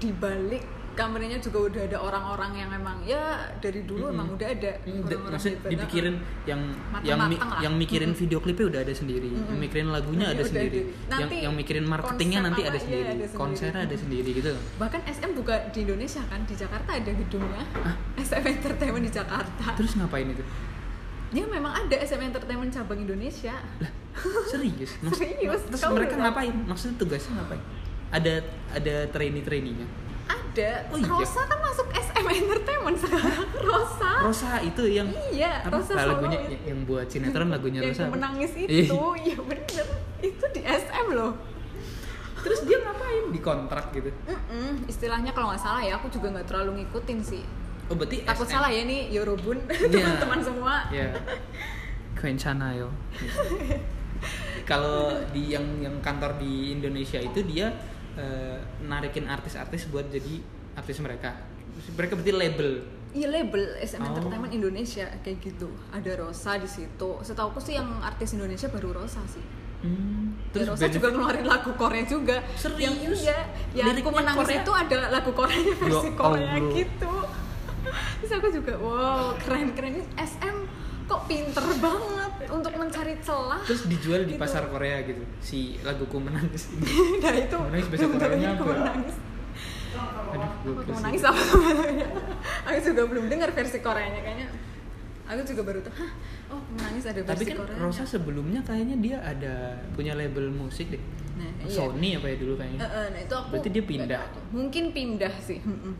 dibalik company-nya juga udah ada orang-orang yang emang ya dari dulu emang udah ada Hmm, da- orang-orang maksud hebat. dipikirin yang Mateng-mateng yang mi- ah. lah. yang mikirin video klipnya udah ada sendiri, yang mikirin lagunya Iya, ada udah sendiri, ada. yang Nanti yang mikirin marketingnya konsep nanti apa, ada iya, sendiri, ada sendiri. konser ada sendiri (laughs) gitu. bahkan SM buka di Indonesia kan di Jakarta ada gedungnya SM Entertainment di Jakarta Terus ngapain itu? ya memang ada SM Entertainment cabang Indonesia Serius? Serius, Terus kamu mereka udah- ngapain? Maksudnya tugasnya ngapain? Ada ada trainee trainingnya. ada Oh iya. Rosa kan masuk SM Entertainment sekarang (laughs) Rosa Rosa itu yang Ah. iya apa? Rosa Nah, Solo lagunya itu. yang- yang buat sinetron lagunya yang Rosa. apa? menangis Iya. itu iya bener itu di SM loh Terus dia ngapain? Dikontrak gitu. Mm-mm, istilahnya kalau nggak salah ya aku juga nggak terlalu ngikutin sih Oh berarti takut SM. salah ya nih (laughs) Yorobun Iya. teman-teman semua Ya. Kencana yo. Kalau di yang yang kantor di Indonesia itu dia eh, narikin artis-artis buat jadi artis mereka. Mereka berarti label. Iya label SM Oh. Entertainment Indonesia kayak gitu. Ada Rosa di situ. Setahu aku sih yang artis Indonesia baru Rosa sih. Ya, Rosa benefit- juga ngeluarin lagu Korea juga. Serius? Yang iya, yang aku Liriknya menangis Korea? itu ada lagu Koreanya versi Ya Korea Allah. gitu. (laughs) Terus aku juga wow keren keren Ini SM kok pinter banget untuk mencari celah. terus dijual di Gitu. pasar Korea gitu. Si laguku menangis ini. (laughs) nah itu Menangis (laughs) bahasa belum tahu Koreanya aku apa? menangis. Aduh, gue Aku plus menangis itu. apa namanya? Aku juga belum dengar versi Koreanya kayaknya. Aku juga baru tuh, hah, oh menangis ada versi Tapi kan Koreanya. Rosa sebelumnya kayaknya dia ada punya label musik deh. Nah, iya. Sony apa ya dulu Eh, kayaknya. eh, nah itu aku. Berarti dia nggak pindah. tahu tuh. Mungkin pindah sih. mm-mm.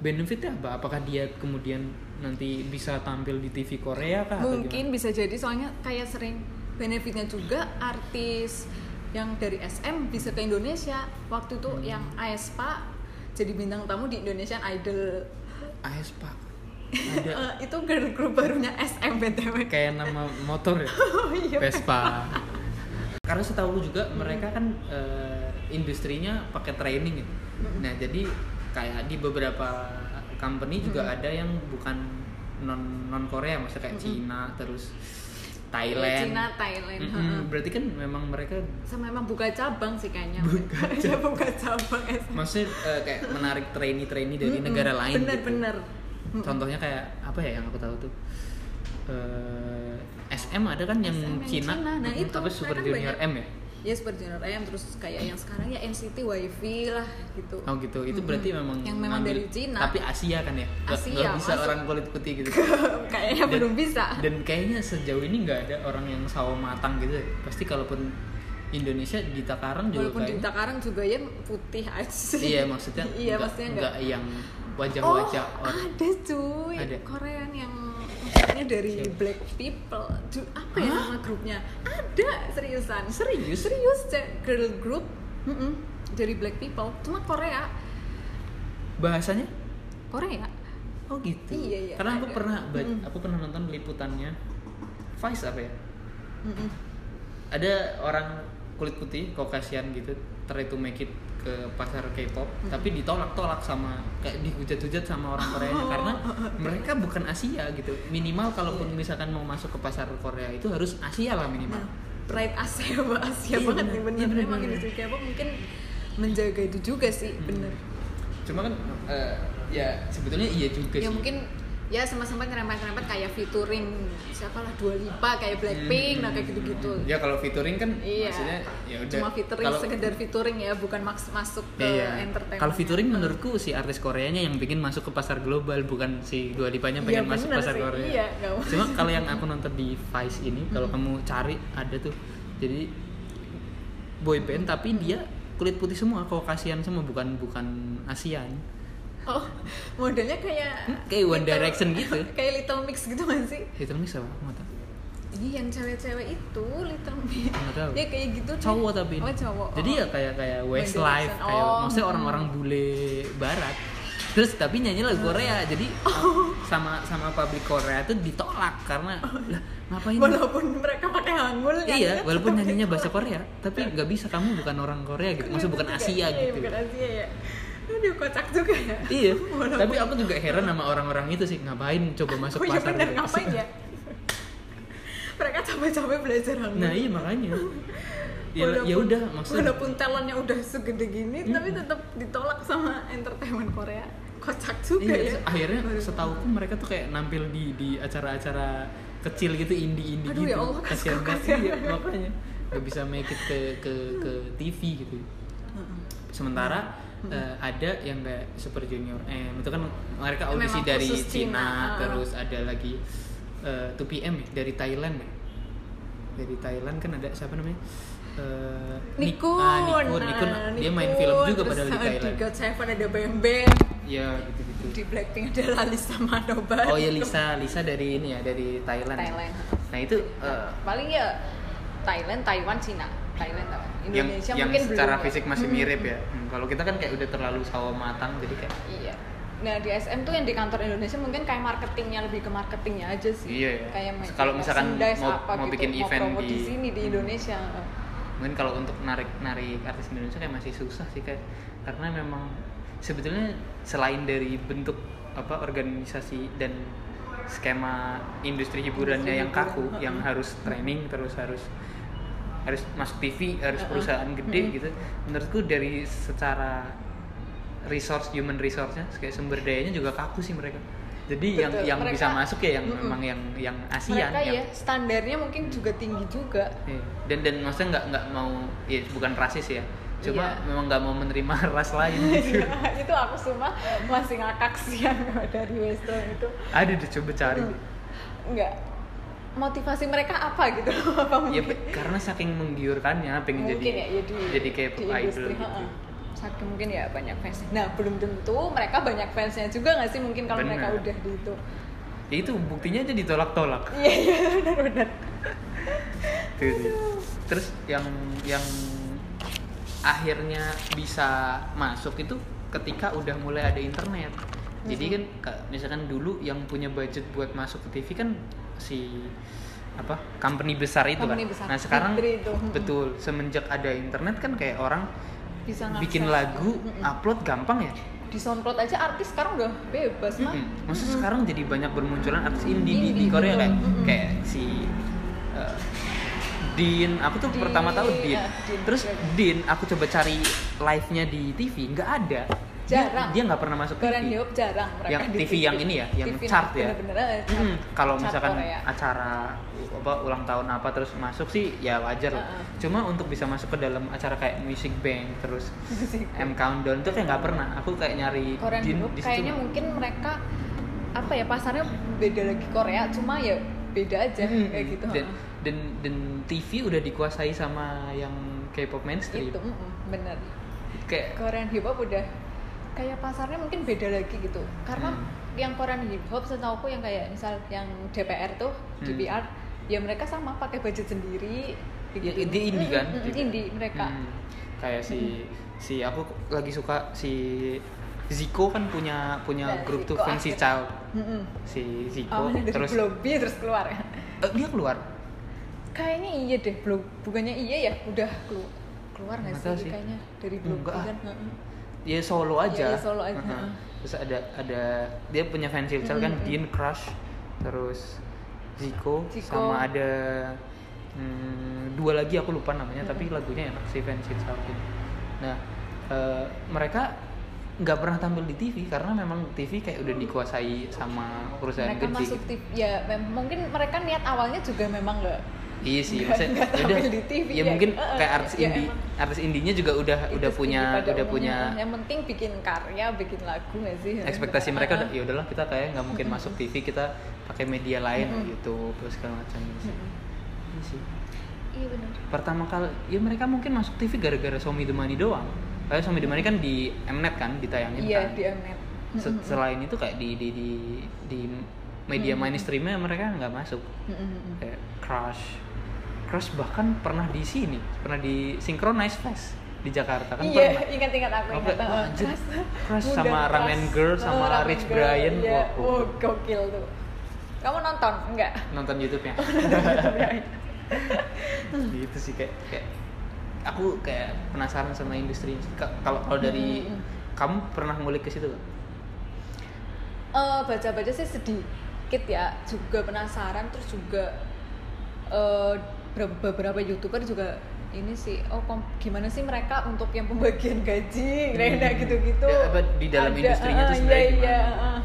Benefitnya apa? Apakah dia kemudian nanti bisa tampil di TV Korea kah? atau Mungkin bisa jadi soalnya kayak sering benefitnya juga artis yang dari SM bisa ke Indonesia. Hmm. Waktu itu yang Aespa jadi bintang tamu di Indonesian Idol. gimana? AS Pak. (laughs) Eh, Ada itu girl group barunya SM BTW. kayak nama motor ya. (laughs) Oh iya. Vespa. Karena setahu aku juga mereka kan eh, industrinya pakai training gitu. Nah, jadi kayak di beberapa company juga ada yang bukan non non Korea, maksudnya kayak Cina terus Thailand. Iya, Cina, Thailand. Mm-mm, heeh. Berarti kan memang mereka sama emang buka cabang sih kayaknya Buka (laughs) Iya, buka cabang SM maksudnya eh, kayak menarik trainee-trainee dari Mm-mm, negara lain. gitu. bener-bener Contohnya kayak apa ya yang aku tahu tuh? Eh, SM ada kan yang, SM yang Cina, Cina. Nah, Mm-mm, itu. apa Super Mereka Junior banyak- M ya? ya seperti Junior M terus kayak yang sekarang ya NCT WiFi lah gitu Oh gitu, itu berarti Mm-mm. memang Yang memang ngambil- dari Cina. Tapi Asia kan ya? Nggak- Asia, nggak bisa masuk. orang kulit putih (laughs) gitu (laughs) kayaknya Dan- belum bisa Dan kayaknya sejauh ini nggak ada orang yang sawo matang gitu ya. Pasti kalaupun Indonesia di Takarang juga walaupun di kayaknya Takarang juga ya putih aja sih. Iya maksudnya (laughs) iya nggak- maksudnya enggak, nggak yang wajah-wajah oh orang (laughs) ada cuy Ada. Korean yang maksudnya dari Siapa? Black People Duh, apa ya Hah? nama grupnya ada seriusan Serius? ah, serius cek girl group Mm-mm, dari Black People cuma Korea Bahasanya? Korea Oh gitu Iya, iya, Karena aku ada. pernah, ba- Mm-mm. aku pernah nonton liputannya Vice apa ya? Mm-mm. ada orang kulit putih Caucasian gitu try to make it ke pasar K-pop Hmm. tapi ditolak-tolak sama kayak dihujat-hujat sama Oh, orang Korea karena mereka bukan Asia gitu minimal kalaupun misalkan mau masuk ke pasar Korea itu harus Asia lah minimal Iya. nah pride Asia (laughs) Iya, Asia bener. banget nih Iya, bener bener, emang bener. industri K-pop mungkin menjaga itu juga sih bener cuma kan eh, ya sebetulnya iya juga ya sih mungkin ya sama-sama ngerempet-ngerempet kayak featuring siapa lah Dua Lipa kayak Blackpink nah kayak gitu-gitu ya kalau featuring kan Iya. maksudnya ya udah Cuma featuring Kalau- sekedar featuring ya, bukan maks- masuk ke Iya. entertainment. Kalau featuring menurutku si artis Koreanya yang bikin masuk ke pasar global bukan si Dua Lipanya pengen Iya, masuk bener pasar sih. Korea. Iya, nggak mau. Cuma kalau yang aku nonton di Vice ini kalau Hmm. kamu cari ada tuh. Jadi boy band tapi dia kulit putih semua, Caucasian semua bukan bukan Asian. Oh, modelnya kayak Hmm, kayak One Direction gitu. (laughs) kayak Little Mix gitu kan sih? Itu nih siapa? Aku nggak tahu. Iya, yang cewek-cewek itu Little Mix. Nggak tahu. Ya kayak gitu deh. Cowok tapi. ini. Oh, cowok. Jadi Oh. ya kayak kayak Westlife Direction. kayak Oh. maksudnya orang-orang bule barat. Terus tapi nyanyi lagu Hmm. Korea. (laughs) Jadi sama sama publik Korea tuh ditolak karena lah ngapain Oh, iya. walaupun mereka pakai hangul kan? iya nyanyinya walaupun (laughs) tetap nyanyinya gitu. bahasa Korea tapi nggak bisa kamu bukan orang Korea gitu maksudnya bukan Asia Iya, gitu Bukan Asia ya. Aduh, kocak juga ya. iya (laughs) Walaupun- tapi aku juga heran sama orang-orang itu sih ngapain coba masuk ya. gitu. Oh iya pasar bener, gitu. ngapain ya? mereka capek-capek belajar hal (laughs) nah iya (laughs) makanya ya ya Walaupun- udah maksudnya walaupun talentnya udah segede gini tapi tetap ditolak sama entertainment Korea kocak juga iya, ya akhirnya Waduh. setahuku mereka tuh kayak nampil di di acara-acara kecil gitu indie-indie Aduh, gitu ya Allah, kasihan (laughs) banget kasihan iya, banget. makanya nggak bisa make it ke ke ke TV gitu Heeh. sementara Hmm. eh, ada yang kayak Super Junior M itu kan mereka Memang audisi dari Cina, khusus Cina, ah. terus ada lagi eh 2PM ya dari Thailand ya dari Thailand kan ada siapa namanya Eh, Nik- Nikun, ah, Nikun, Nikun. nah, dia main Nikun. film juga padahal di Terus Thailand God Seven ada Bang Bang ya gitu-gitu di Blackpink ada Lalisa Manoba Oh iya Lisa, Lisa dari ini ya dari Thailand. ya? Thailand. Nah itu eh, paling ya Thailand Taiwan Cina Thailand Taiwan yang Indonesia yang mungkin secara belum ya. fisik masih Hmm. mirip ya. Hmm, kalau kita kan kayak udah terlalu sawo matang jadi kayak Iya. Nah di SM tuh yang di kantor Indonesia mungkin kayak marketingnya lebih ke marketingnya aja sih. Iya, iya. Kayak Terus kalau misalkan merchandise mau- mau bikin mau event promo di di- sini di Hmm. Indonesia. mungkin kalau untuk narik narik artis Indonesia kayak masih susah sih kayak karena memang sebetulnya selain dari bentuk apa organisasi dan skema industri hiburannya Industri yang kaku hiburan, yang heeh. harus training terus harus harus masuk TV harus Heeh. perusahaan gede Heeh. gitu menurutku dari secara resource human resource-nya kayak sumber dayanya juga kaku sih mereka jadi Betul, yang yang mereka- bisa masuk ya yang Mm-mm. memang yang yang ASEAN Mereka yang ya standarnya mungkin juga tinggi (laughs) juga. Iya. dan dan maksudnya nggak nggak mau ya bukan rasis ya cuma Iya. memang nggak mau menerima (laughs) ras lain gitu. itu aku semua masih ngakak sih yang (laughs) dari Western itu. ada deh coba cari deh. Enggak. Motivasi mereka apa gitu? (laughs) apa ya mungkin? be- karena saking menggiurkannya pengen mungkin jadi ya, ya di, jadi kayak di pop idol industri, gitu ha-ha. Saking mungkin ya banyak fansnya. Nah belum tentu mereka banyak fansnya juga nggak sih mungkin kalau mereka Bener. udah di itu. ya itu buktinya aja ditolak-tolak Iya iya benar-benar. Gitu sih. terus yang yang akhirnya bisa masuk itu ketika udah mulai ada internet jadi kan ka- misalkan dulu yang punya budget buat masuk ke TV kan si apa company besar itu Company kan besar, nah sekarang Fitri itu. betul semenjak ada internet kan kayak orang Bisa ngakses. bikin lagu Mm-mm. upload gampang ya Di SoundCloud aja artis sekarang udah bebas mah. Mm-mm. Maksudnya sekarang jadi banyak bermunculan artis indie, di- di, Indie, Korea betul. kayak Mm-mm. kayak si uh, Dean, aku tuh Dean, pertama tahu Dean. ya, Dean. Terus Dean, aku coba cari live-nya di TV, nggak ada. Dia- Jarang. Dia nggak pernah masuk Korean TV. Hip jarang mereka Yang TV yang ini ya, yang TV chart ya? Bener-bener eh, chart. Mm-mm. Kalau Chart misalkan Korea. acara apa ulang tahun apa terus masuk sih ya wajar lah. Uh-uh. Cuma untuk bisa masuk ke dalam acara kayak Music Bank terus M Countdown tuh kayak nggak pernah. Aku kayak nyari Korean Dean Group di situ kayaknya nggak. mungkin mereka apa ya pasarnya beda lagi Korea cuma ya beda aja Mm, kayak gitu. Dan, ha. dan dan TV udah dikuasai sama yang K-pop mainstream. itu mm-mm, bener Kayak Korean hip hop udah kayak pasarnya mungkin beda lagi gitu karena Hmm. yang Korean hip hop setahuku yang kayak misal yang DPR tuh Hmm. DPR ya mereka sama pakai budget sendiri ya, dia indie kan? Mm, mm, mm, Gitu. indie mereka Hmm. Kayak si si aku lagi suka si Zico kan punya punya Nah, grup tuh Zico Fancy akhirnya. Child. Mm-mm. Si Zico awalnya dari terus Blobby terus keluar Eh, dia keluar. kayaknya iya deh Blob bukannya iya ya udah kelu- keluar nggak Nggak tahu sih, sih. kayaknya dari Blobby Enggak ah. kan mm-mm. Dia solo aja. Iya, iya, solo aja. Heeh. Terus ada ada dia punya Fancy Child kan Mm-mm. Dean Crush terus Zico, Zico. sama ada hmm, dua lagi aku lupa namanya tapi lagunya enak si Fancy Child ini. Nah, eh, mereka nggak pernah tampil di TV karena memang TV kayak udah dikuasai sama perusahaan mereka gede. masuk TV ya mem- mungkin mereka niat awalnya juga memang nggak Iya sih, Nggak- maksudnya nggak yaudah, tampil di TV, ya, ya. mungkin Eh, eh, kayak artis ya indie, emang. artis indinya juga udah itu udah sih punya pada udah umumnya. punya yang penting bikin karya bikin lagu nggak sih ekspektasi mereka udah Ah, ya udahlah kita kayak nggak mungkin masuk TV kita pakai media lain YouTube terus segala macam gitu sih. Iya sih. iya benar pertama kali ya mereka mungkin masuk TV gara-gara Somi The Money doang kayak Somi The Money kan di Mnet kan ditayangin iya kan di Mnet Se- selain itu kayak di di di, di Iya. media mainstreamnya mereka nggak masuk kayak Crush Crush bahkan pernah di sini pernah di Synchronize Fest di Jakarta kan iya pernah ingat-ingat aku Apa? ingat Wah, anjir. Crush Mudah, sama keras. Ramen Girl, Oh, sama Ramen Rich Girl, Brian. iya. Wah, oh oh. gokil tuh kamu nonton enggak nonton YouTube-nya Oh, iya. (laughs) gitu sih kayak kayak aku kayak penasaran sama industri Ka- kalau kalau dari Hmm. kamu pernah ngulik ke situ nggak? Eh, baca-baca sih sedikit ya juga penasaran terus juga eh, ber- beberapa youtuber juga ini sih oh kom- gimana sih mereka untuk yang pembagian gaji kayak Hmm. gitu-gitu Ya, apa, di dalam industrinya itu ah, sebenarnya iya, iya, gimana? ah.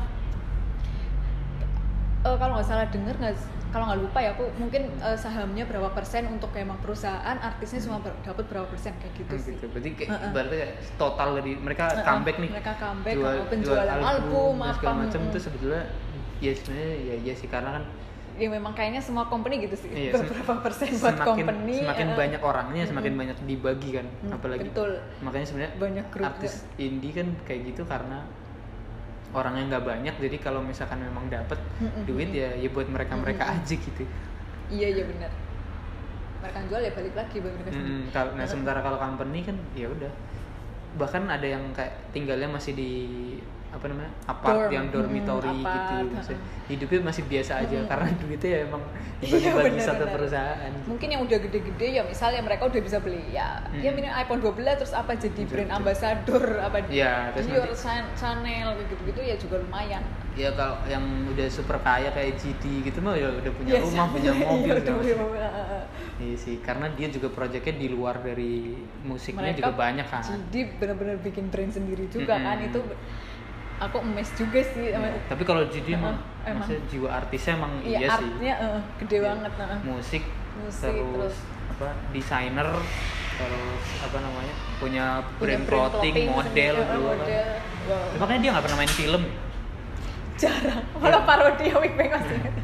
Eh, kalau nggak salah denger nggak kalau nggak lupa ya aku mungkin eh, sahamnya berapa persen untuk emang perusahaan artisnya cuma ber- dapat berapa persen kayak gitu Hmm, sih gitu. Berarti kayak Heeh. ibaratnya kayak total dari mereka Heeh, comeback nih. mereka comeback, jual, kalau penjualan jual album, dan segala apa, hmm. macam mm-mm. itu sebetulnya ya sebenarnya ya iya sih karena kan ya memang kayaknya semua company gitu sih (laughs) Iya, sem- beberapa persen (laughs) buat semakin company semakin eh, banyak orangnya semakin Mm-mm. banyak dibagi kan Mm, apalagi betul. makanya sebenarnya Banyak grup artis indie kan kayak gitu karena orangnya nggak banyak jadi kalau misalkan memang dapet Mm-mm. duit ya ya buat mereka mereka Mm-mm. aja gitu iya iya benar mereka jual ya balik lagi buat mereka sendiri Mm, kalau- nah sementara kalau company kan ya udah bahkan ada yang kayak tinggalnya masih di apa namanya apart Dorm. yang dormitory Mm, gitu apart, maksudnya ha-ha. hidupnya masih biasa aja Mm. karena (laughs) duitnya ya (laughs) emang Iya, dibagi-bagi benar, satu benar. perusahaan mungkin yang udah gede-gede ya misalnya mereka udah bisa beli ya Mm. dia minum iPhone 12 terus apa jadi Betul, brand betul. ambassador apa Iya, terus Dior nanti- Chan- Chanel kayak gitu-gitu ya juga lumayan ya kalau yang udah super kaya kayak GD gitu mah ya udah punya Ya, (laughs) rumah punya iya, mobil gitu. udah segala punya macam. mobil, eh, eh. Iya sih, karena dia juga proyeknya di luar dari musiknya Mereka juga banyak Hmm. kan. jadi bener-bener bikin brand sendiri juga Mm-mm. kan itu aku emes juga sih sama Iya. Tapi kalau GD emang, Heeh, emang. maksudnya jiwa artisnya emang iya, iya sih. artnya eh, gede Iya. banget nah. Musik, Musik, terus, terus- apa desainer, terus apa namanya punya Punya brand clothing, model, sendiri, eh, dulu kan. model. Wow. Ya, Makanya dia nggak pernah main film. jarang malah Iya. parodi yang Big Bang masih ingat.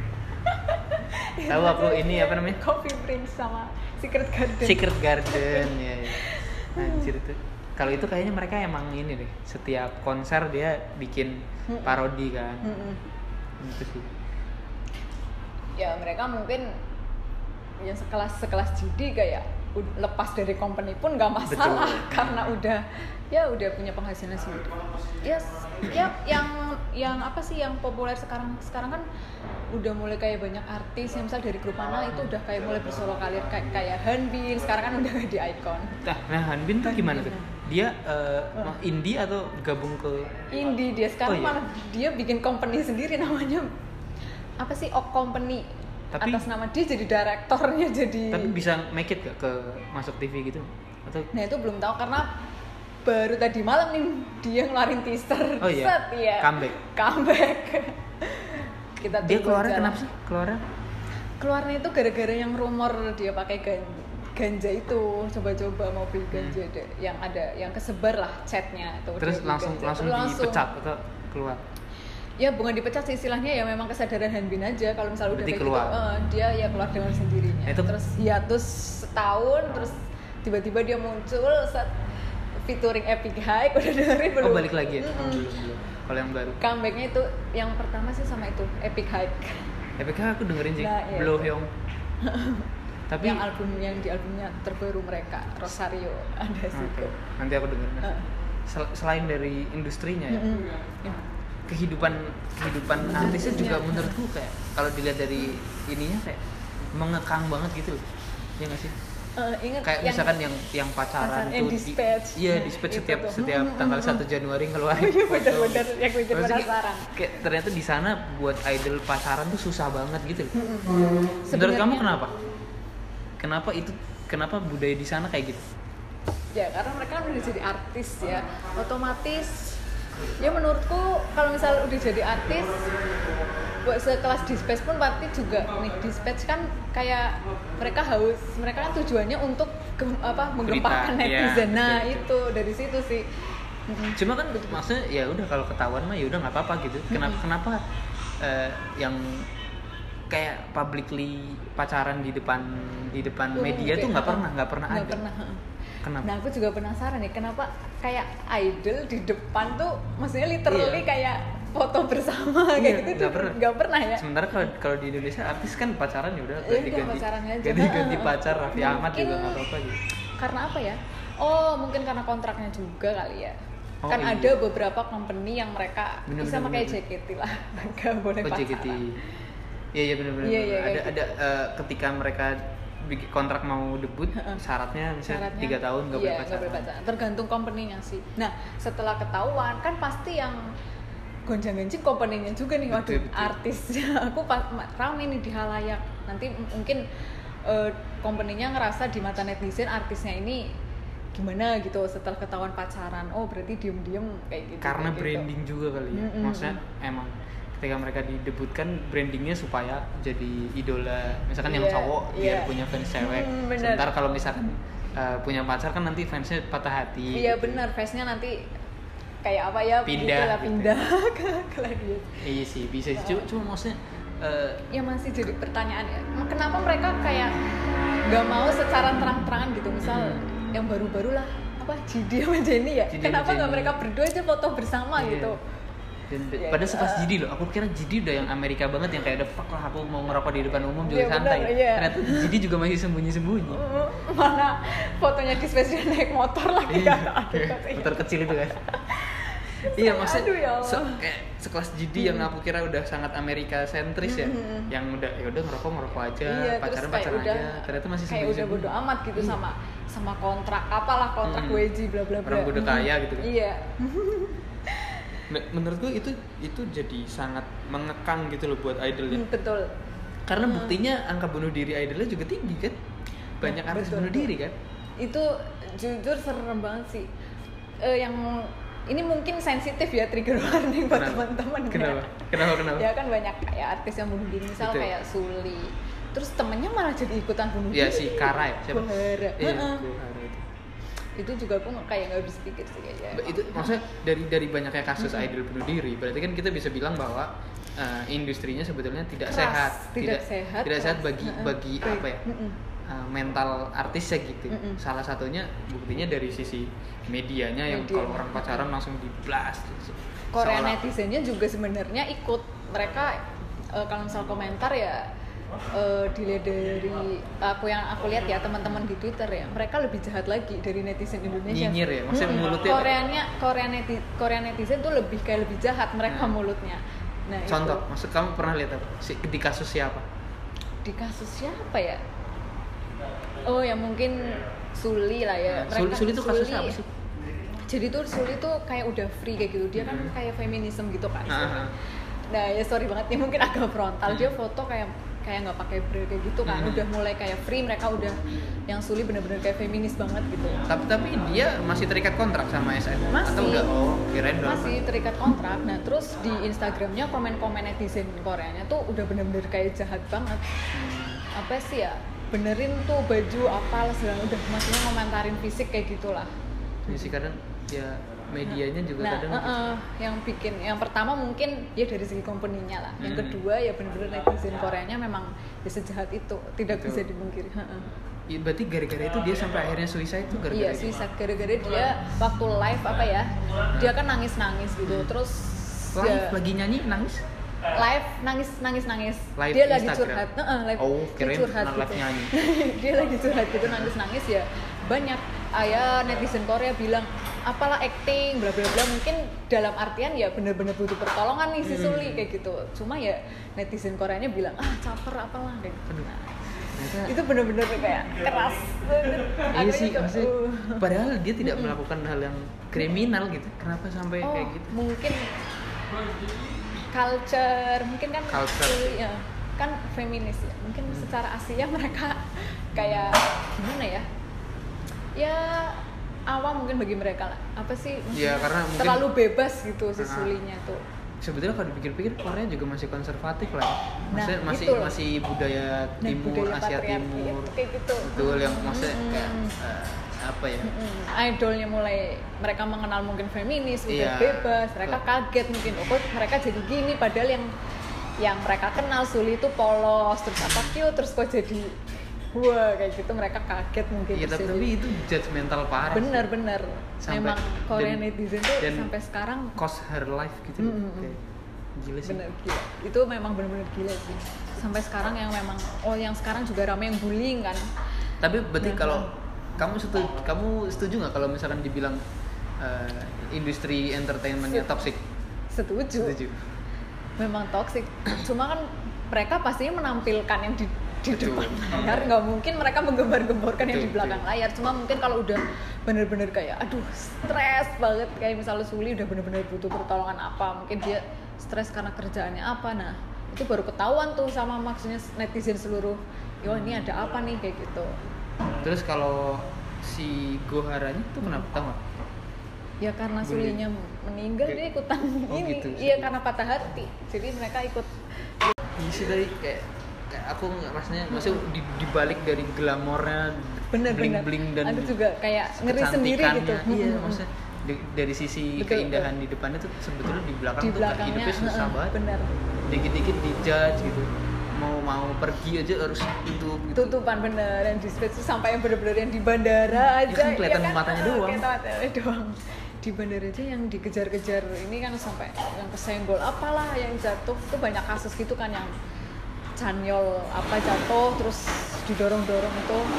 Iya, Tahu aku ini apa namanya? Coffee Prince sama Secret Garden Secret Garden ya. (laughs) ya. Anjir itu. Kalau itu kayaknya mereka emang ini deh. Setiap konser dia bikin Mm-mm. parodi kan. Mm-mm. Itu sih. ya mereka mungkin yang sekelas sekelas judi kayak ud- lepas dari company pun nggak masalah Betul. (laughs) karena udah ya udah punya penghasilan sendiri yes ya yang yang apa sih yang populer sekarang sekarang kan udah mulai kayak banyak artis yang misal dari grup mana itu udah kayak mulai bersolo karir kayak kayak Hanbin sekarang kan udah (laughs) di icon Nah, nah Hanbin tuh gimana tuh? Dia eh, mah indie atau gabung ke Indie dia Oh, sekarang iya. malah dia bikin company sendiri namanya apa sih Ok Company Tapi- atas nama dia jadi direktornya jadi tapi bisa make it gak ke masuk TV gitu? Atau nah itu belum tahu karena baru tadi malam nih dia ngeluarin teaser Oh, iya. Set, iya. Comeback. comeback kita dia tunggu keluarnya aja kenapa lah. sih? Keluarnya keluarnya itu gara-gara yang rumor dia pakai gan- ganja itu coba-coba mau beli ganja ada- yang ada yang kesebar lah chatnya itu Hmm. terus Oh, dia beli langsung ganja. langsung Terus dipecat atau keluar? ya bukan dipecat sih istilahnya ya memang kesadaran Hanbin aja kalau misalnya udah Berarti kayak keluar. Nah, gitu eh, dia ya keluar dengan sendirinya Itu- terus hiatus setahun terus tiba-tiba dia muncul set featuring Epic High (laughs) udah dengerin belum Oh balik lagi ya? Oh, Mm-mm. belum, belum. Kalau yang baru. comebacknya itu yang pertama sih sama itu Epic High EPK Ya, kan aku dengerin sih. Nah, iya. Blow (laughs) Hyung. Tapi yang album yang di albumnya terbaru mereka Rosario ada Oke, situ nanti aku dengerin. Eh, Sel- Selain dari industrinya ya, mm-mm. Ya. kehidupan kehidupan Iya, artisnya juga menurutku kayak kalau dilihat dari ininya kayak mengekang banget gitu loh ya nggak sih Eh, ingat kayak yang- misalkan yang yang pacaran pacaran, yang di- dispatch. iya Nah, dispatch itu setiap tuh. setiap Mm, mm, tanggal mm, 1 Januari ngeluarin (laughs) Iya, foto. (laughs) bener-bener. Yang bikin Maksudnya kayak- penasaran. kayak ternyata di sana buat idol pacaran tuh susah banget gitu loh menurut Sebenarnya- kamu kenapa kenapa itu kenapa budaya di sana kayak gitu ya karena mereka kan udah jadi artis ya otomatis ya menurutku kalau misal udah jadi artis buat sekelas dispatch pun pasti juga nih dispatch kan kayak mereka haus mereka kan tujuannya untuk gem- apa menggemparkan Berita, iya, netizen nah betul, itu dari situ sih Mm-mm. cuma kan maksudnya ya udah kalau ketahuan mah ya udah nggak apa-apa gitu kenapa kenapa eh, yang kayak publicly pacaran di depan di depan Umum media tuh gitu ya. nggak pernah nggak pernah nggak ada pernah heeh. kenapa Nah aku juga penasaran nih kenapa kayak idol di depan tuh maksudnya Iya. literally kayak foto bersama kayak Iya, gitu nggak tuh pernah. nggak pernah ya sementara kalau kalau di Indonesia artis kan pacaran ya udah Ya ganti udah, ganti pacaran aja. (laughs) ganti ganti Heeh. pacar Raffi Ahmad juga Mungkin- nggak apa-apa gitu karena apa ya? Oh, mungkin karena kontraknya juga kali ya. Oh, kan iya. ada beberapa company yang mereka Bener, bisa bener, pakai bener. JKT lah, (laughs) nggak boleh oh pacaran. JKT iya iya benar-benar Iya, iya, ada kayak ada eh, ketika mereka bikin kontrak mau debut syaratnya misalnya Syaratnya tiga tahun nggak iya, boleh pacaran pacaran. Tergantung company-nya sih. Nah, setelah ketahuan kan pasti yang gonjang ganjing company-nya juga nih waduh (laughs) Betul, betul. artisnya aku pas ma- rame nih di halayak nanti m- mungkin eh, company-nya ngerasa di mata netizen artisnya ini gimana gitu setelah ketahuan pacaran oh berarti diem-diem kayak gitu karena kayak gitu. branding juga kali ya Mm-mm. maksudnya emang ketika mereka didebutkan brandingnya supaya jadi idola misalkan yang Iya, cowok biar iya. punya fans cewek Mm, bener. sebentar kalau misalkan uh, punya pacar kan nanti fansnya patah hati iya gitu. benar face-nya nanti kayak apa ya Pindah gitulah, gitu. pindah (laughs) ke ke Gladiator. iya sih bisa sih cuma, cuma maksudnya uh, ya masih jadi pertanyaan ya kenapa mereka kayak nggak mau secara terang-terangan gitu misal yang baru-baru lah apa Jidi sama Jenny ya Jidi Hmm. sama kenapa nggak Jenny. mereka berdua aja foto bersama Iya. gitu Dan Ya, pada itu, sepas ah. Jidi loh, aku kira Jidi udah yang Amerika banget yang kayak the fuck lah aku mau ngerokok di depan umum juga Iya, santai. bener, iya. Oh, Ternyata Jidi juga masih sembunyi-sembunyi. mana fotonya di spesial naik motor lagi (laughs) Iya, nggak ada katanya. motor kecil itu (laughs) kan. iya maksudnya aduh, ya Allah. Hmm. se- kayak sekelas Jidi yang aku kira udah sangat Amerika sentris ya, Mm-mm. yang udah ya udah ngerokok ngerokok aja, Hmm, iya, terus pacaran kayak pacaran udah aja. Ternyata masih kayak udah bodo sembunyi-sembunyi. amat gitu sama sama kontrak apalah kontrak Hmm. WJ bla bla bla Orang udah kaya gitu kan. iya Me- Menurut gue itu itu jadi sangat mengekang gitu loh buat idolnya. Hmm, betul Karena buktinya angka bunuh diri idolnya juga tinggi kan. Banyak Nah, artis betul, bunuh betul. diri kan. itu jujur serem banget sih Eh, yang ini mungkin sensitif ya trigger warning buat Kenapa? teman-teman ya. Kenapa? Kenapa? Kenapa? ya kan banyak kayak artis yang bunuh diri misal Betul. kayak Suli terus temennya malah jadi ikutan bunuh Ya diri si Kara ya. Siapa? Bahara. Iya, Heeh. Bahara itu. itu juga aku nggak- kayak nggak habis pikir sih kayaknya Ba- Itu maksudnya dari dari banyaknya kasus idol bunuh diri, berarti kan kita bisa bilang bahwa eh, industrinya sebetulnya tidak Keras, sehat, tidak sehat, tidak sehat keras. bagi Heeh. bagi Baik. apa ya? Mm-mm. eh, mental artisnya gitu. Mm-mm. Salah satunya buktinya dari sisi medianya yang Media. kalau orang pacaran langsung diblast. gitu. Korea Seolah- netizennya juga sebenarnya ikut mereka eh, kalau misal komentar ya eh, dilihat dari aku yang aku lihat ya teman-teman di Twitter ya mereka lebih jahat lagi dari netizen Indonesia Nyinyir ya? Maksudnya Mm-mm. mulutnya- Koreanya Korea neti- Korea netizen tuh lebih kayak lebih jahat mereka Hmm. mulutnya nah itu. Contoh, maksud kamu pernah lihat apa? Si, di kasus siapa? di kasus siapa ya oh ya mungkin Suli lah ya Nah, Suli, Suli itu kasus apa sih? jadi tuh Suli tuh kayak udah free kayak gitu dia kan Hmm. kayak feminisme gitu kan Ah, ah. nah ya sorry banget nih mungkin agak frontal dia foto kayak kayak nggak pakai bra kayak gitu kan Hmm. udah mulai kayak free mereka udah yang Suli bener-bener kayak feminis banget gitu Tapi tapi dia masih terikat kontrak sama SM atau Masih. enggak? Oh, kirain doang. masih terikat kontrak nah terus di Instagramnya komen-komen netizen Koreanya tuh udah bener-bener kayak jahat banget Hmm. apa sih ya benerin tuh baju apa segala udah maksudnya ngomentarin fisik kayak gitulah Ya sih kadang ya medianya juga nah kadang eh, eh, yang bikin yang pertama mungkin ya dari segi company-nya lah yang Hmm. kedua ya bener-bener netizen Koreanya memang ya sejahat itu tidak Betul. bisa dipungkiri Heeh. Ya, berarti gara-gara itu dia sampai akhirnya suicide itu gara-gara iya itu. suicide gara-gara dia waktu live apa ya dia kan nangis-nangis gitu terus Hmm. Live ya- lagi nyanyi nangis. live nangis nangis nangis Live dia lagi Instagram. curhat Heeh, live Oh, dia kirain curhat non-live gitu. nyanyi. (laughs) dia lagi curhat gitu nangis nangis ya banyak ayah netizen Korea bilang apalah acting bla bla bla mungkin dalam artian ya bener-bener butuh pertolongan nih si Hmm. Suli kayak gitu cuma ya netizen Koreanya bilang ah caper apalah kayak gitu Aduh. Nah, (laughs) Ternyata itu bener-bener kayak keras Iya Aku sih, juga, maksudnya, uh. padahal dia tidak melakukan hal yang kriminal gitu. Kenapa sampai oh, kayak gitu? mungkin culture mungkin kan Culture. Hmm. iya, kan feminis ya mungkin secara Asia mereka (laughs) kayak gimana ya ya awam mungkin bagi mereka lah apa sih Ya, maksudnya karena mungkin- terlalu bebas gitu si Ah. sulinya tuh Sebetulnya kalau dipikir-pikir Korea juga masih konservatif lah. ya. Maksudnya Nah, masih gitu loh. masih budaya Nah, timur, budaya Asia patriarki Timur. itu kayak gitu. Betul yang maksudnya Mm-mm. kayak, eh, apa ya? Mm, idolnya mulai mereka mengenal mungkin feminis udah Iya. bebas mereka kaget mungkin oh kok mereka jadi gini padahal yang yang mereka kenal Suli itu polos terus apa cute terus kok jadi wah kayak gitu mereka kaget mungkin Iya, terus tapi, jadi- tapi itu judgmental parah. sih. bener-bener Sampai- memang Korean dan- netizen tuh dan- sampai sekarang Cost her life gitu. Mm, mm, mm. Kayak gila sih. bener gila itu memang bener-bener gila sih sampai sekarang yang memang oh yang sekarang juga ramai yang bullying kan Tapi berarti Nah. kalau kamu setuju, kamu setuju nggak kalau misalkan dibilang eh, industri entertainmentnya toxic? Setuju. memang toksik cuma kan mereka pastinya menampilkan yang di di Betul. depan layar nggak mungkin mereka menggembar-gemborkan yang di Betul, belakang layar cuma mungkin kalau udah bener-bener kayak aduh stres banget kayak misalnya Suli udah bener-bener butuh pertolongan apa mungkin dia stres karena kerjaannya apa nah itu baru ketahuan tuh sama maksudnya netizen seluruh yo ini ada apa nih kayak gitu Terus kalau si Goharanya tuh kenapa tahu nggak? ya karena Boleh. sulinya meninggal Oke. dia ikutan Oh, ini gitu. iya karena patah hati jadi mereka ikut Iya sih tadi kayak kayak aku nggak maksudnya maksudnya di, dibalik dari glamornya bling bener-bener bling dan aku juga kayak ngeri sendiri gitu kecantikannya. iya Mm-mm. maksudnya di- dari sisi Betul, keindahan di depannya tuh sebetulnya di belakang di tuh kayak belakangnya hidupnya susah heeh, banget gitu. bener dikit-dikit dijudge gitu mau mau pergi aja harus tutup gitu tutupan bener yang di stage tuh sampai yang bener-bener yang di bandara Ya aja Iya kan kelihatan matanya doang. kelihatan matanya doang di bandara aja yang dikejar-kejar ini kan sampai yang kesenggol apalah yang jatuh itu banyak kasus gitu kan yang canyol apa jatuh terus didorong-dorong itu (laughs)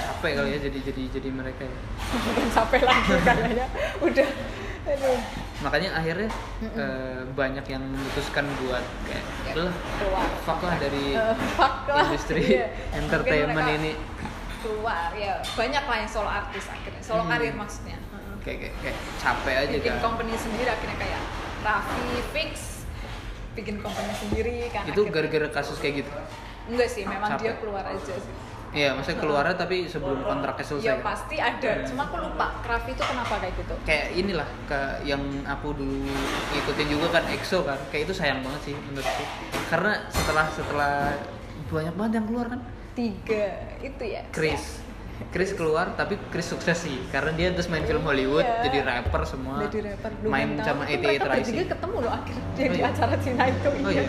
capek kali ya jadi jadi jadi mereka ya. bukan capek lagi kayaknya udah aduh makanya akhirnya eh, banyak yang memutuskan buat kayak Kayak "Udah lah keluar fuck lah (laughs) dari Eh, Iya. fuck lah industri Iya. Mungkin entertainment mereka ini keluar ya banyak lah yang solo artis akhirnya solo Hmm. karir maksudnya Heeh. kayak kayak, kayak capek aja bikin kan company sendiri akhirnya kayak Raffi fix bikin company sendiri kan itu akhirnya- gara-gara kasus kayak gitu enggak sih memang Capek. dia keluar aja sih iya maksudnya keluarnya tapi sebelum kontraknya selesai ya kan? pasti ada cuma aku lupa Raffi itu kenapa kayak gitu kayak inilah ke yang aku dulu ngikutin juga kan EXO kan kayak itu sayang banget sih menurutku karena setelah setelah banyak banget yang keluar kan tiga itu ya Chris Chris keluar tapi Chris sukses sih karena dia terus main film Hollywood Iya. jadi rapper semua jadi rapper belum main sama itu ETA mereka bertiga Tracy ketemu loh akhirnya dia Oh di iya? acara Cina itu Oh iya. iya.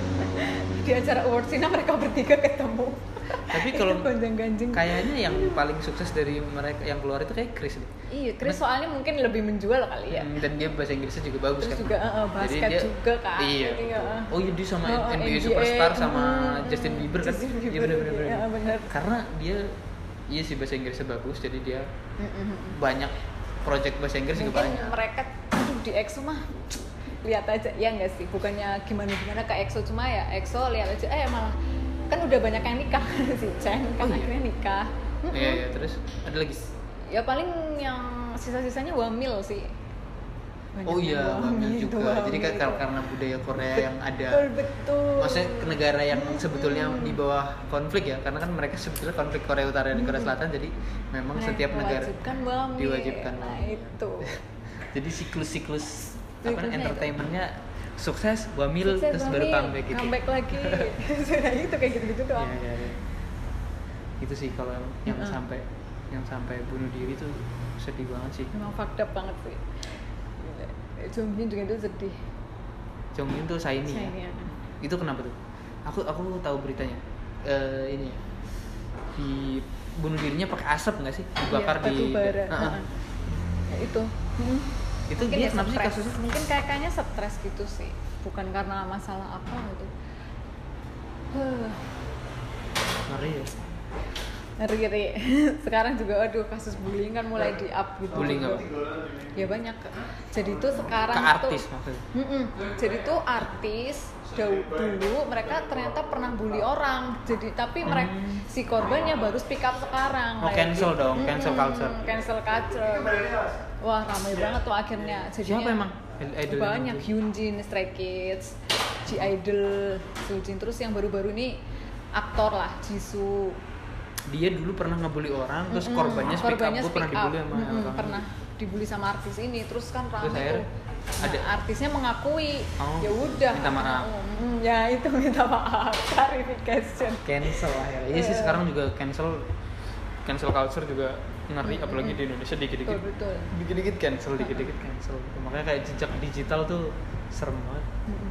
di acara award Cina mereka bertiga ketemu tapi kalau gonjang ganjing kayaknya yang paling sukses dari mereka yang keluar itu kayak Chris deh. iya Chris soalnya mungkin lebih menjual kali ya Hmm, dan dia bahasa Inggrisnya juga bagus Terus kan juga, eh, eh, basket juga kan. iya Jadi, eh. oh iya dia sama Oh, oh, NBA, NBA, superstar sama mm, Justin Bieber kan Justin Iya, Bieber, bener, bener, bener. iya, bener. karena dia iya sih bahasa Inggrisnya bagus jadi dia Mm-mm. banyak project bahasa Inggris juga mungkin banyak mereka aduh, di EXO mah lihat aja ya nggak sih bukannya gimana gimana ke EXO cuma ya EXO lihat aja eh malah kan udah banyak yang nikah (laughs) si Chen Oh, kan iya? akhirnya nikah Mm-mm. iya iya terus ada lagi ya paling yang sisa-sisanya wamil sih Banyak oh iya yang (laughs) Wamil itu, juga jadi kan wamil kar- itu. karena budaya Korea yang ada betul betul maksudnya ke negara yang sebetulnya di bawah konflik ya karena kan mereka sebetulnya konflik Korea Utara dan Korea Selatan jadi memang Mereka setiap negara diwajibkan Nah, wamil. diwajibkan nah wamil. itu jadi siklus-siklus apa Siklusnya itu. entertainmentnya sukses wamil Sukses terus baru wamil, comeback gitu comeback (laughs) lagi sudah itu kayak gitu-gitu Iya, doang iya, iya. itu sih kalau yang, yang Mm-mm. sampai yang sampai bunuh diri tuh sedih banget sih Emang fucked up banget sih. Jonghyun juga itu sedih. Jonghyun tuh Saini ya Sayangnya. itu kenapa tuh aku aku tahu beritanya Eh, ini ya. di bunuh dirinya pakai asap nggak sih dibakar Iya, di batu bara. Heeh. Heeh. Ya, itu. Hmm. itu dia ya kenapa sih stres. kasusnya Mungkin kayak- kayaknya stres gitu sih. Bukan karena masalah apa gitu. (sighs) Huh, ngeri ya Ngeri-ngeri. (laughs) Sekarang juga aduh kasus bullying kan mulai di up gitu. Iya. Bullying juga. apa? Ya banyak. Jadi tuh sekarang ke tuh artis maksudnya Mm-mm. Jadi tuh artis dau- dulu mereka ternyata pernah bully orang. Jadi tapi mereka Hmm. si korbannya baru speak up sekarang. Oh, Kayak cancel gitu. dong, cancel Mm-mm, culture. Cancel culture. Wah, ramai banget tuh akhirnya. Jadinya siapa emang idol banyak Hyunjin, Stray Kids, G Idol, Suljin terus yang baru-baru ini aktor lah Jisoo. dia dulu pernah ngebully orang terus Mm-mm, korbannya speak up gue pernah speak up. dibully sama Mm-mm, orang pernah dibully sama artis ini terus kan ramai Terus akhirnya tuh Nah, ada- artisnya mengakui Oh, ya udah minta maaf. Mm, ya itu minta maaf (laughs) clarification cancel akhirnya iya sih Iya. sekarang juga cancel cancel culture juga ngeri apalagi di Indonesia betul dikit-dikit betul dikit-dikit cancel dikit-dikit cancel gitu. makanya kayak jejak digital tuh serem banget Mm-mm.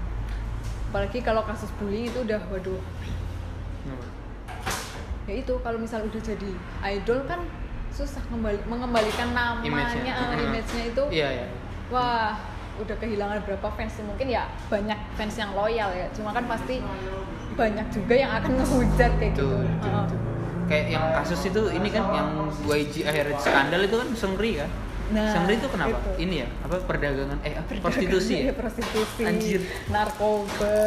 apalagi kalau kasus bullying itu udah waduh Kenapa? ya itu kalau misal udah jadi idol kan susah kembali mengembalikan namanya Image-nya. eh, Mm-mm. image-nya itu iya iya Wah, udah kehilangan berapa fans tuh? mungkin ya banyak fans yang loyal ya. Cuma kan pasti banyak juga yang akan ngehujat kayak itu gitu. itu, Heeh. itu. kayak yang kasus itu ini kan yang YG akhirnya skandal itu kan Seungri kan Nah, Seungri itu kenapa itu. ini ya apa perdagangan eh apa, Perdagangan, prostitusi ya iya, (laughs) prostitusi, Anjir. narkoba.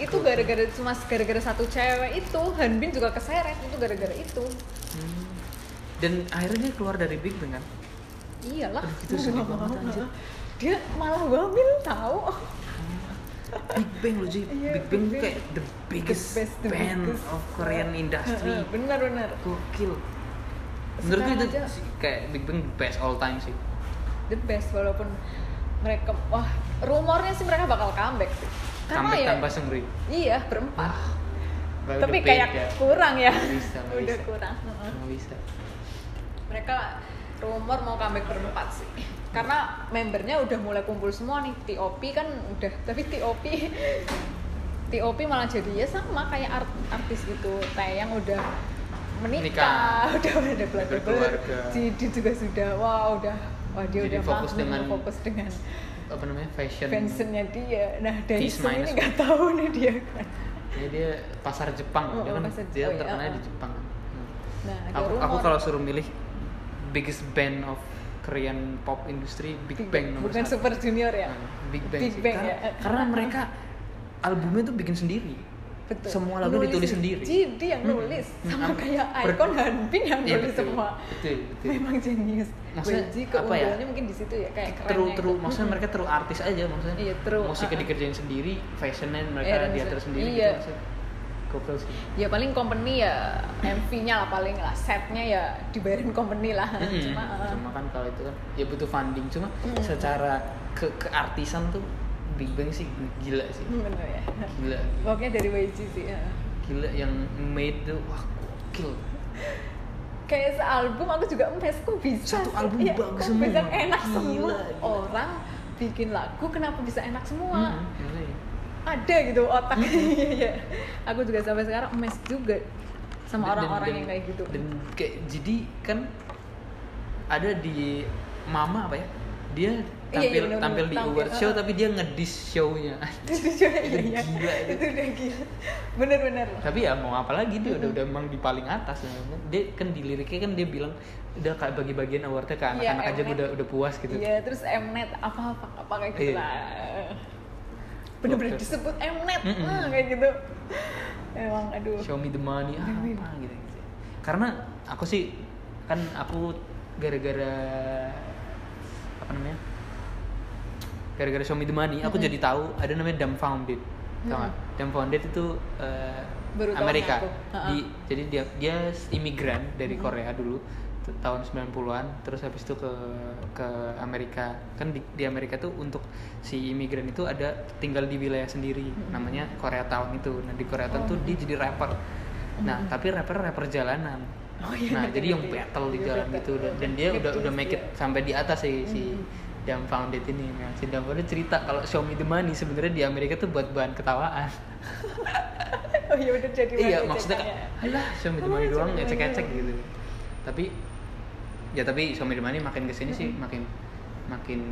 Itu gara-gara cuma gara-gara satu cewek itu, Hanbin juga keseret itu gara-gara itu. Hmm. dan akhirnya dia keluar dari Big (laughs) Bang kan Iyalah. (laughs) Aduh, itu sedih banget, anjir. Dia malah wamil tahu. Big Bang loh Ji Iya, Big Bang Big Bang. kayak the biggest The best, the band biggest. of Korean (laughs) industry Heeh, bener bener gokil menurut gue Sekarang itu aja. sih kayak Big Bang the best all time sih the best walaupun mereka wah rumornya sih mereka bakal comeback sih karena sampai ya tanpa sungri iya berempat Baru tapi The Band kayak ya. kurang ya Nggak bisa, nggak udah bisa. kurang Heeh. Nggak bisa mereka rumor mau comeback berempat sih karena membernya udah mulai kumpul semua nih TOP kan udah tapi TOP TOP malah jadi ya sama kayak art- artis gitu Taeyang udah Nikah. menikah (laughs) udah udah belajar Berkeluarga. Jadi juga sudah wah udah wah dia Jadi udah fokus mampu, dengan- fokus dengan apa namanya fashion pensinya dia nah dari This sini Kan minus nggak tahu nih dia kan Jadi Ya, dia pasar Jepang Oh, dia oh, kan pasar- dia oh, iya, terkenal oh, di oh. Jepang Hmm. nah ada aku, rumor aku kalau suruh milih biggest band of Korean pop industry Big, Bang nomor bukan satu. Super Junior ya Hmm, Big Bang, Big sih. Bang, karena, ya. karena mereka albumnya tuh bikin sendiri. Betul. Semua lagu Nulis ditulis sih. sendiri. Jadi yang Mm-mm. nulis Mm-mm. sama kayak Ber- ikon Hanbin yang Iya, nulis betul, semua. Betul, betul. Memang jenius. Maksudnya, apa Weji ya? keunggulannya mungkin di situ ya kayak Teru kerennya Hmm. teru, itu. maksudnya mereka teru artis aja maksudnya. Iya, true. Musiknya Ah, ah. dikerjain sendiri, fashionnya Iya, mereka dan diatur maksud- sendiri iya. gitu maksudnya. Gokil (laughs) sih. Ya paling company ya MV-nya lah paling lah setnya ya dibayarin company lah. Mm-mm. Cuma eh, Cuma kan kalau itu kan ya butuh funding cuma Mm-mm. secara ke keartisan tuh Big Bang sih gila sih. bener ya. Gila. Pokoknya dari Weji sih. eh. Gila yang made tuh wah gokil. Kayak sealbum aku juga emes kok bisa Satu sih? album Iya, bagus kok semua. bisa enak Gila, semua gila. orang bikin lagu kenapa bisa enak semua Mm-mm, gila ya. ada gitu otak Hmm. iya (laughs) iya. aku juga sampai sekarang emes juga Dan- sama dan- orang-orang yang kayak gitu Dan kayak jadi kan ada di Mama apa ya? Dia tampil Iya, iya, bener-bener. tampil di Tampil, award show uh-uh. tapi dia ngedis show-nya. (laughs) itu juga Itu iya iya gila itu. itu udah gila bener-bener tapi ya mau apa lagi dia udah Mm-mm. udah emang di paling atas ya. Dia kan di liriknya kan dia bilang udah kayak bagi-bagian awardnya ke Iya, anak-anak aja Mnet. gue udah udah puas gitu. iya terus Mnet apa apa apa kayak gitu Iya. lah bener-bener Oke. disebut Mnet Mm-mm. ah, kayak gitu emang aduh show me the money ah, Demi. apa gitu, gitu karena aku sih kan aku gara-gara apa namanya gara-gara show me the money aku Mm-mm. jadi tahu ada namanya dumbfounded tau nggak dumbfounded itu eh, Baru tahu Amerika aku. Ha-ha. Di- jadi dia dia imigran dari Mm-mm. Korea dulu t- tahun 90-an terus habis itu ke ke Amerika kan di, di Amerika tuh untuk si imigran itu ada tinggal di wilayah sendiri Mm-mm. namanya Koreatown itu nah di Korea Koreatown Oh. tuh dia jadi rapper. Nah, Mhm. tapi rapper rapper jalanan. Oh iya, nah, ngerti, jadi yang ngerti. battle di Iya, jalan battle. gitu dan, dan dia Iya, udah betul, udah make it iya. sampai di atas sih si Mhm. Dumbfounded ini. Nah, si Dumbfounded cerita kalau Show Me The Money sebenarnya di Amerika tuh buat bahan ketawaan. oh iya udah jadi iya, banyak maksudnya ceritanya. Oh, iya, kayak alah Show Me The Alah, Money Show doang Me The ecek-ecek Money. gitu. Tapi ya tapi Show Me The Money makin kesini sih Mhm. makin makin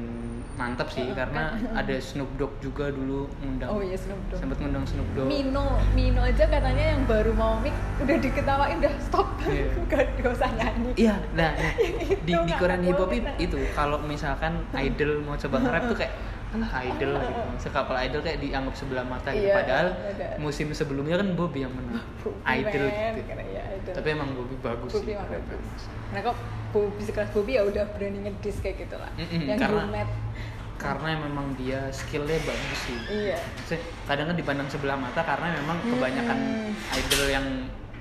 mantap sih Iya, karena (laughs) kan. ada Snoop Dogg juga dulu ngundang oh iya Snoop Dogg sempat ngundang Snoop Dogg. Mino, Mino aja katanya yang baru mau mic udah diketawain udah stop, (laughs) Iya. gak, gak usah nyanyi. Iya, (laughs) nah nah, di, Itu di nggak Korean hip hop boleh. it- itu kalau misalkan idol mau coba nge-rap tuh kayak alah idol (laughs) gitu. Sekapal idol kayak dianggap sebelah mata gitu. Iya, Padahal ada. musim sebelumnya kan Bobby yang menang. Bobby, idol men. gitu. Karena ya, idol. Tapi emang Bobby bagus sih. Bobby gitu. mah rapper. bagus. Nah kok Bobby sekelas Bobby ya udah berani ngedis kayak gitu lah. Mm-mm, yang karena- Jumet. Karena memang dia skillnya bagus sih. Iya. Maksudnya, kadang kan dipandang sebelah mata karena memang Hmm. kebanyakan Mm-mm. idol yang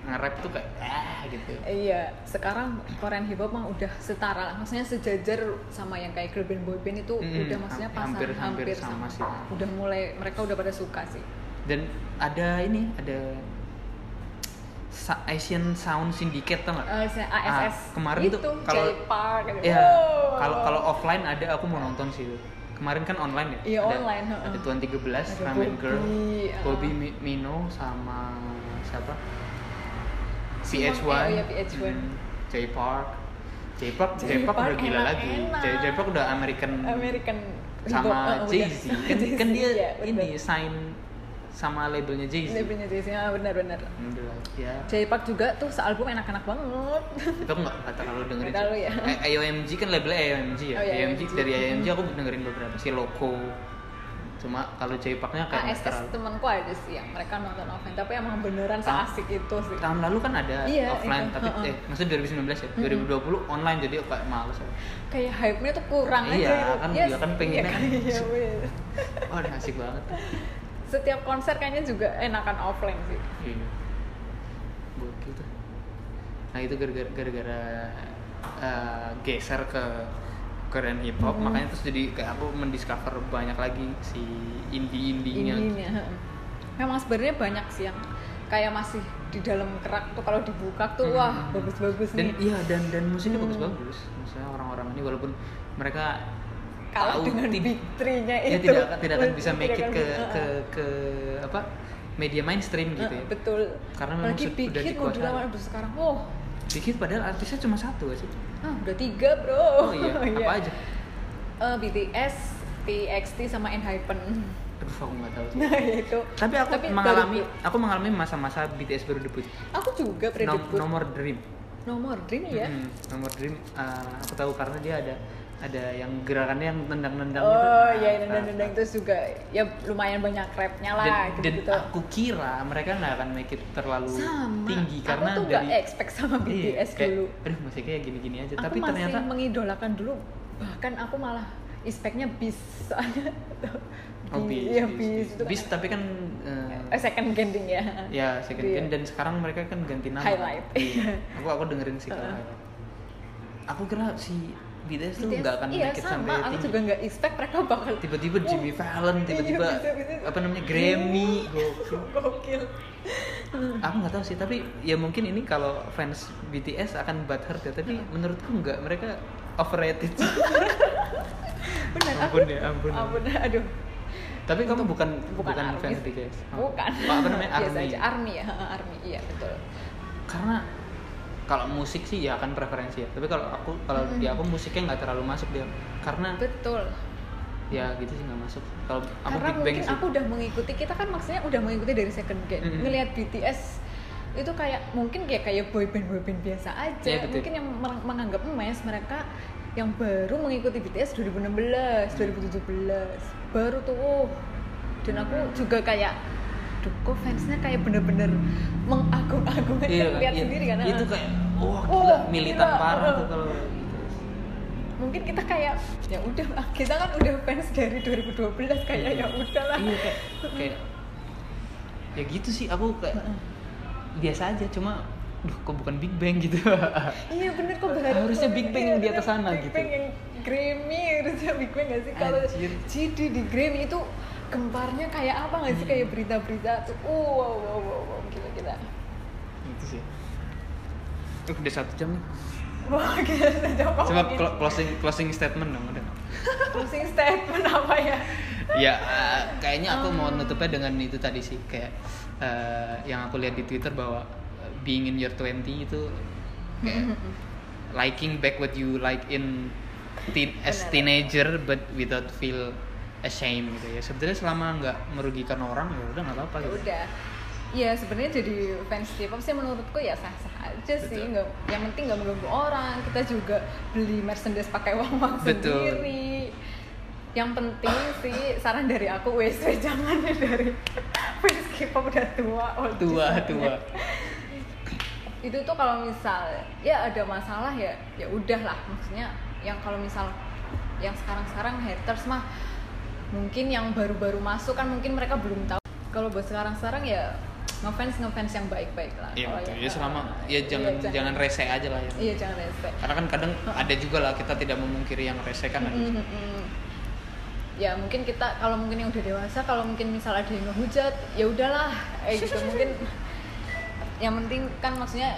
nge-rap tuh kayak ah gitu. Iya, sekarang Korean hip hop mah udah setara lah. Maksudnya sejajar sama yang kayak girl band boy band itu Mm-mm, udah maksudnya ham- pasar hampir- hampir sama sih. Udah mulai mereka udah pada suka sih. dan ada ini ada Sa- Asian Sound Syndicate tau nggak? Eh, saya ASS. Ah, kemarin itu, tuh kalau J-Park, gitu. ya Wow. kalau kalau offline ada aku mau nonton sih itu. Kemarin kan online ya? Iya, ada, online, heeh. Ada Tuan 13, Ada Ramen Bobby, Ah. Girl, heeh. Bobby Mi- Mino sama siapa? Simon- PH1, oh iya, PH1. mm, Jay Park. Jay Park, Jay Jay Park udah Park gila lagi. enak-enak. Jay, Jay Park udah American American hip hop, sama eh, udah. (laughs) Jay-Z. Sama Kan, kan Jay-Z, dia iya, ini bener. sign sama labelnya Jay-Z. Dia punya Jay-Z, ah, benar-benar. Alhamdulillah ya. J-Park juga tuh sealbum enak-enak banget. Itu aku nggak nggak terlalu dengerin. Nggak terlalu ya. sih. Eh, IOMG kan labelnya IOMG ya. Oh, iya, IOMG, IOMG. dari IOMG aku dengerin beberapa sih Loco. Cuma kalau J-Parknya kayak nggak ASS terlalu. Ah, temanku aja sih yang mereka nonton offline, tapi emang beneran Ta- seasik itu sih. Tahun lalu kan ada Iya, offline iya, tapi heeh. eh maksudnya 2019 ya. 2020 online jadi aku kayak males. aja. Kayak hype-nya tuh kurang Iya, aja. gitu. (laughs) kan dia kan pengennya Iya, kan, iya, weh. Wah, oh, asik banget. setiap konser kayaknya juga enakan offline sih Iya. Gokil tuh. Nah itu gara-gara gara-gara eh, geser ke keren hip hop, Mm-mm. makanya terus jadi kayak aku mendiscover banyak lagi si indie-indinya. ininya heeh. memang sebenarnya banyak sih yang kayak masih di dalam kerak tuh kalau dibuka tuh Hmm. wah bagus-bagus Dan nih iya dan dan musiknya Hmm. bagus-bagus. Misalnya orang-orang ini walaupun mereka kalah tahu dengan tid- big three-nya ya, itu tidak akan- tidak akan bisa Tidak make it akan ke bisa, Ah, ke heeh. ke apa media mainstream gitu Heeh, ya. betul Karena memang lagi sud- big sudah hit mau dikuasai. dilawan abis sekarang oh Dikit padahal artisnya cuma satu aja. ah, udah tiga bro Oh, (laughs) iya, apa aja? Eh, BTS TXT sama Enhypen Aduh aku nggak tahu. tuh. (laughs) nah itu Tapi aku baru- mengalami aku mengalami masa-masa BTS baru debut. aku juga Nom- predebut nomor Dream. nomor dream ya Mm, nomor Dream eh, aku tahu karena dia ada ada yang gerakannya yang nendang-nendang gitu. oh Nah, iya nah, nendang-nendang nah. terus juga ya lumayan banyak rapnya Dan, lah dan gitu-gitu aku kira mereka nggak akan make it terlalu sama tinggi karena aku tuh dari gak expect Iya, sama BTS kayak, dulu Aduh, masih kayak gini-gini aja. aku Ya, Tapi masih ternyata mengidolakan dulu bahkan aku malah ispeknya bis soalnya oh, bis, ya bis, bis, bis. itu Bis, kan- tapi kan eh, eh, second gending ya ya second Iya. gen dan sekarang mereka kan ganti nama. Highlight. Iya. aku aku dengerin sih kalau Heeh. highlight. Aku kira si BTS tuh BTS, nggak akan iya make it sama sampai aku tinggi. juga nggak expect mereka bakal tiba-tiba Jimmy Fallon tiba-tiba iya, bisa, Iya. bisa. apa namanya Grammy gokil gokil aku nggak tahu sih tapi ya mungkin ini kalau fans BTS akan butthurt ya Iya. tapi menurutku nggak mereka overrated benar ampun ya ampun ampun aduh tapi kamu bukan bukan, army. fans BTS Oh. bukan Oh, apa namanya biasa army aja army ya ha, army iya betul karena kalau musik sih ya akan preferensi ya tapi kalau aku kalau Mm-mm. di aku musiknya nggak terlalu masuk dia karena betul ya gitu sih nggak masuk kalau aku Big karena Bang mungkin sih aku udah mengikuti kita kan maksudnya udah mengikuti dari second gen Mm-mm. ngelihat BTS itu kayak mungkin kayak kayak boyband boyband biasa aja Iya, betul. mungkin yang mer- menganggap emas mereka yang baru mengikuti BTS 2016 2017 baru tuh oh. dan aku Hmm. juga kayak duh kok fansnya kayak bener-bener mengagung-agungkan lihat iya. sendiri kan itu kayak wah Oh, gila militan gila. parah tuh Oh. kalau gitu. BTS. mungkin kita kayak ya udah (laughs) lah, kita kan udah fans dari 2012 kayak ya udahlah iya kayak, kayak ya gitu sih aku kayak biasa aja cuma duh kok bukan Big Bang gitu (laughs) Iya bener kok ya, bener. Harusnya Big Bang yang di atas sana Big gitu. Bang yang Grammy harusnya Big Bang gak sih kalau Anjir. jadi di Grammy itu gemparnya kayak apa gak sih kayak berita-berita tuh uh, wow wow wow wow gila gila. gitu sih Eh, udah satu jam nih. Wah gila sejauh apa coba ini? clo- closing closing statement dong udah closing statement apa ya? (laughs) ya eh, kayaknya aku mau nutupnya dengan itu tadi sih kayak eh, yang aku lihat di Twitter bahwa eh, being in your 20 itu (laughs) kayak liking back what you like in teen, as Benar. ya. teenager but without feel ashamed gitu ya sebenarnya selama nggak merugikan orang ya udah nggak apa-apa Ya gitu udah. Iya sebenarnya jadi fans K-pop sih menurutku ya sah-sah aja sih. Betul. Nggak, yang penting nggak mengganggu orang. Kita juga beli merchandise pakai uang uang Betul. sendiri. Yang penting sih saran dari aku wes wes, jangan deh dari fans K-pop udah tua. oldies (laughs) tua banget. tua Itu tuh kalau misal ya ada masalah ya ya udahlah maksudnya yang kalau misal yang sekarang-sekarang haters mah mungkin yang baru-baru masuk kan mungkin mereka belum tahu kalau buat sekarang-sekarang ya ngefans ngefans yang baik-baik lah ya Kalau betul yang- ya selama ya Oh, Iya, jangan jangan rese aja lah ya iya jangan respect karena kan kadang ada juga lah kita tidak memungkiri yang rese kan ada juga. ya mungkin kita kalau mungkin yang udah dewasa kalau mungkin misal ada yang ngehujat ya udahlah eh gitu mungkin yang penting kan maksudnya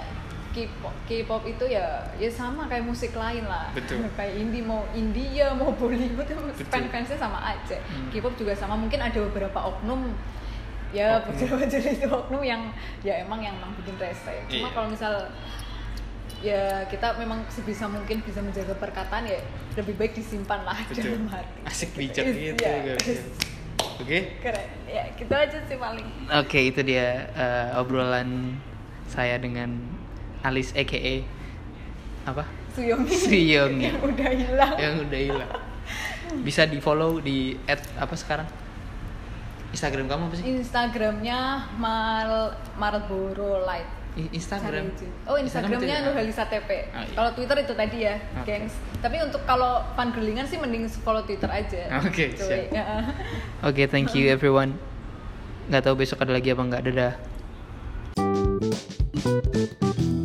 K-pop, K-pop itu ya ya sama kayak musik lain lah Betul. (laughs) kayak indie mau India mau Bollywood (laughs) fan fansnya sama aja Hmm. K-pop juga sama mungkin ada beberapa oknum ya Oknum. (laughs) beberapa jenis oknum yang ya emang yang emang bikin rese Iya. cuma kalau misal ya kita memang sebisa mungkin bisa menjaga perkataan ya lebih baik disimpan lah Betul. dalam hati Asik bijak Is- gitu. iya. (laughs) guys. Is- Oke. keren ya kita aja sih paling Oke, itu dia eh, obrolan saya dengan Alis EKE apa? Suyomi (laughs) Suyomi. yang udah hilang ya. Yang udah hilang. Bisa di-follow di at apa sekarang? Instagram kamu apa sih? Instagramnya Mal Marlboro Light I- Instagram. Cari aja. Oh Instagramnya itu ya? Nurhalisa TP. Oh, iya. Kalau Twitter itu tadi ya, Oke. gengs. Tapi untuk kalau panggilingan sih mending follow Twitter aja. Oke, siap. Cuy, ya. Oke, thank you everyone. nggak tahu besok ada lagi apa nggak dadah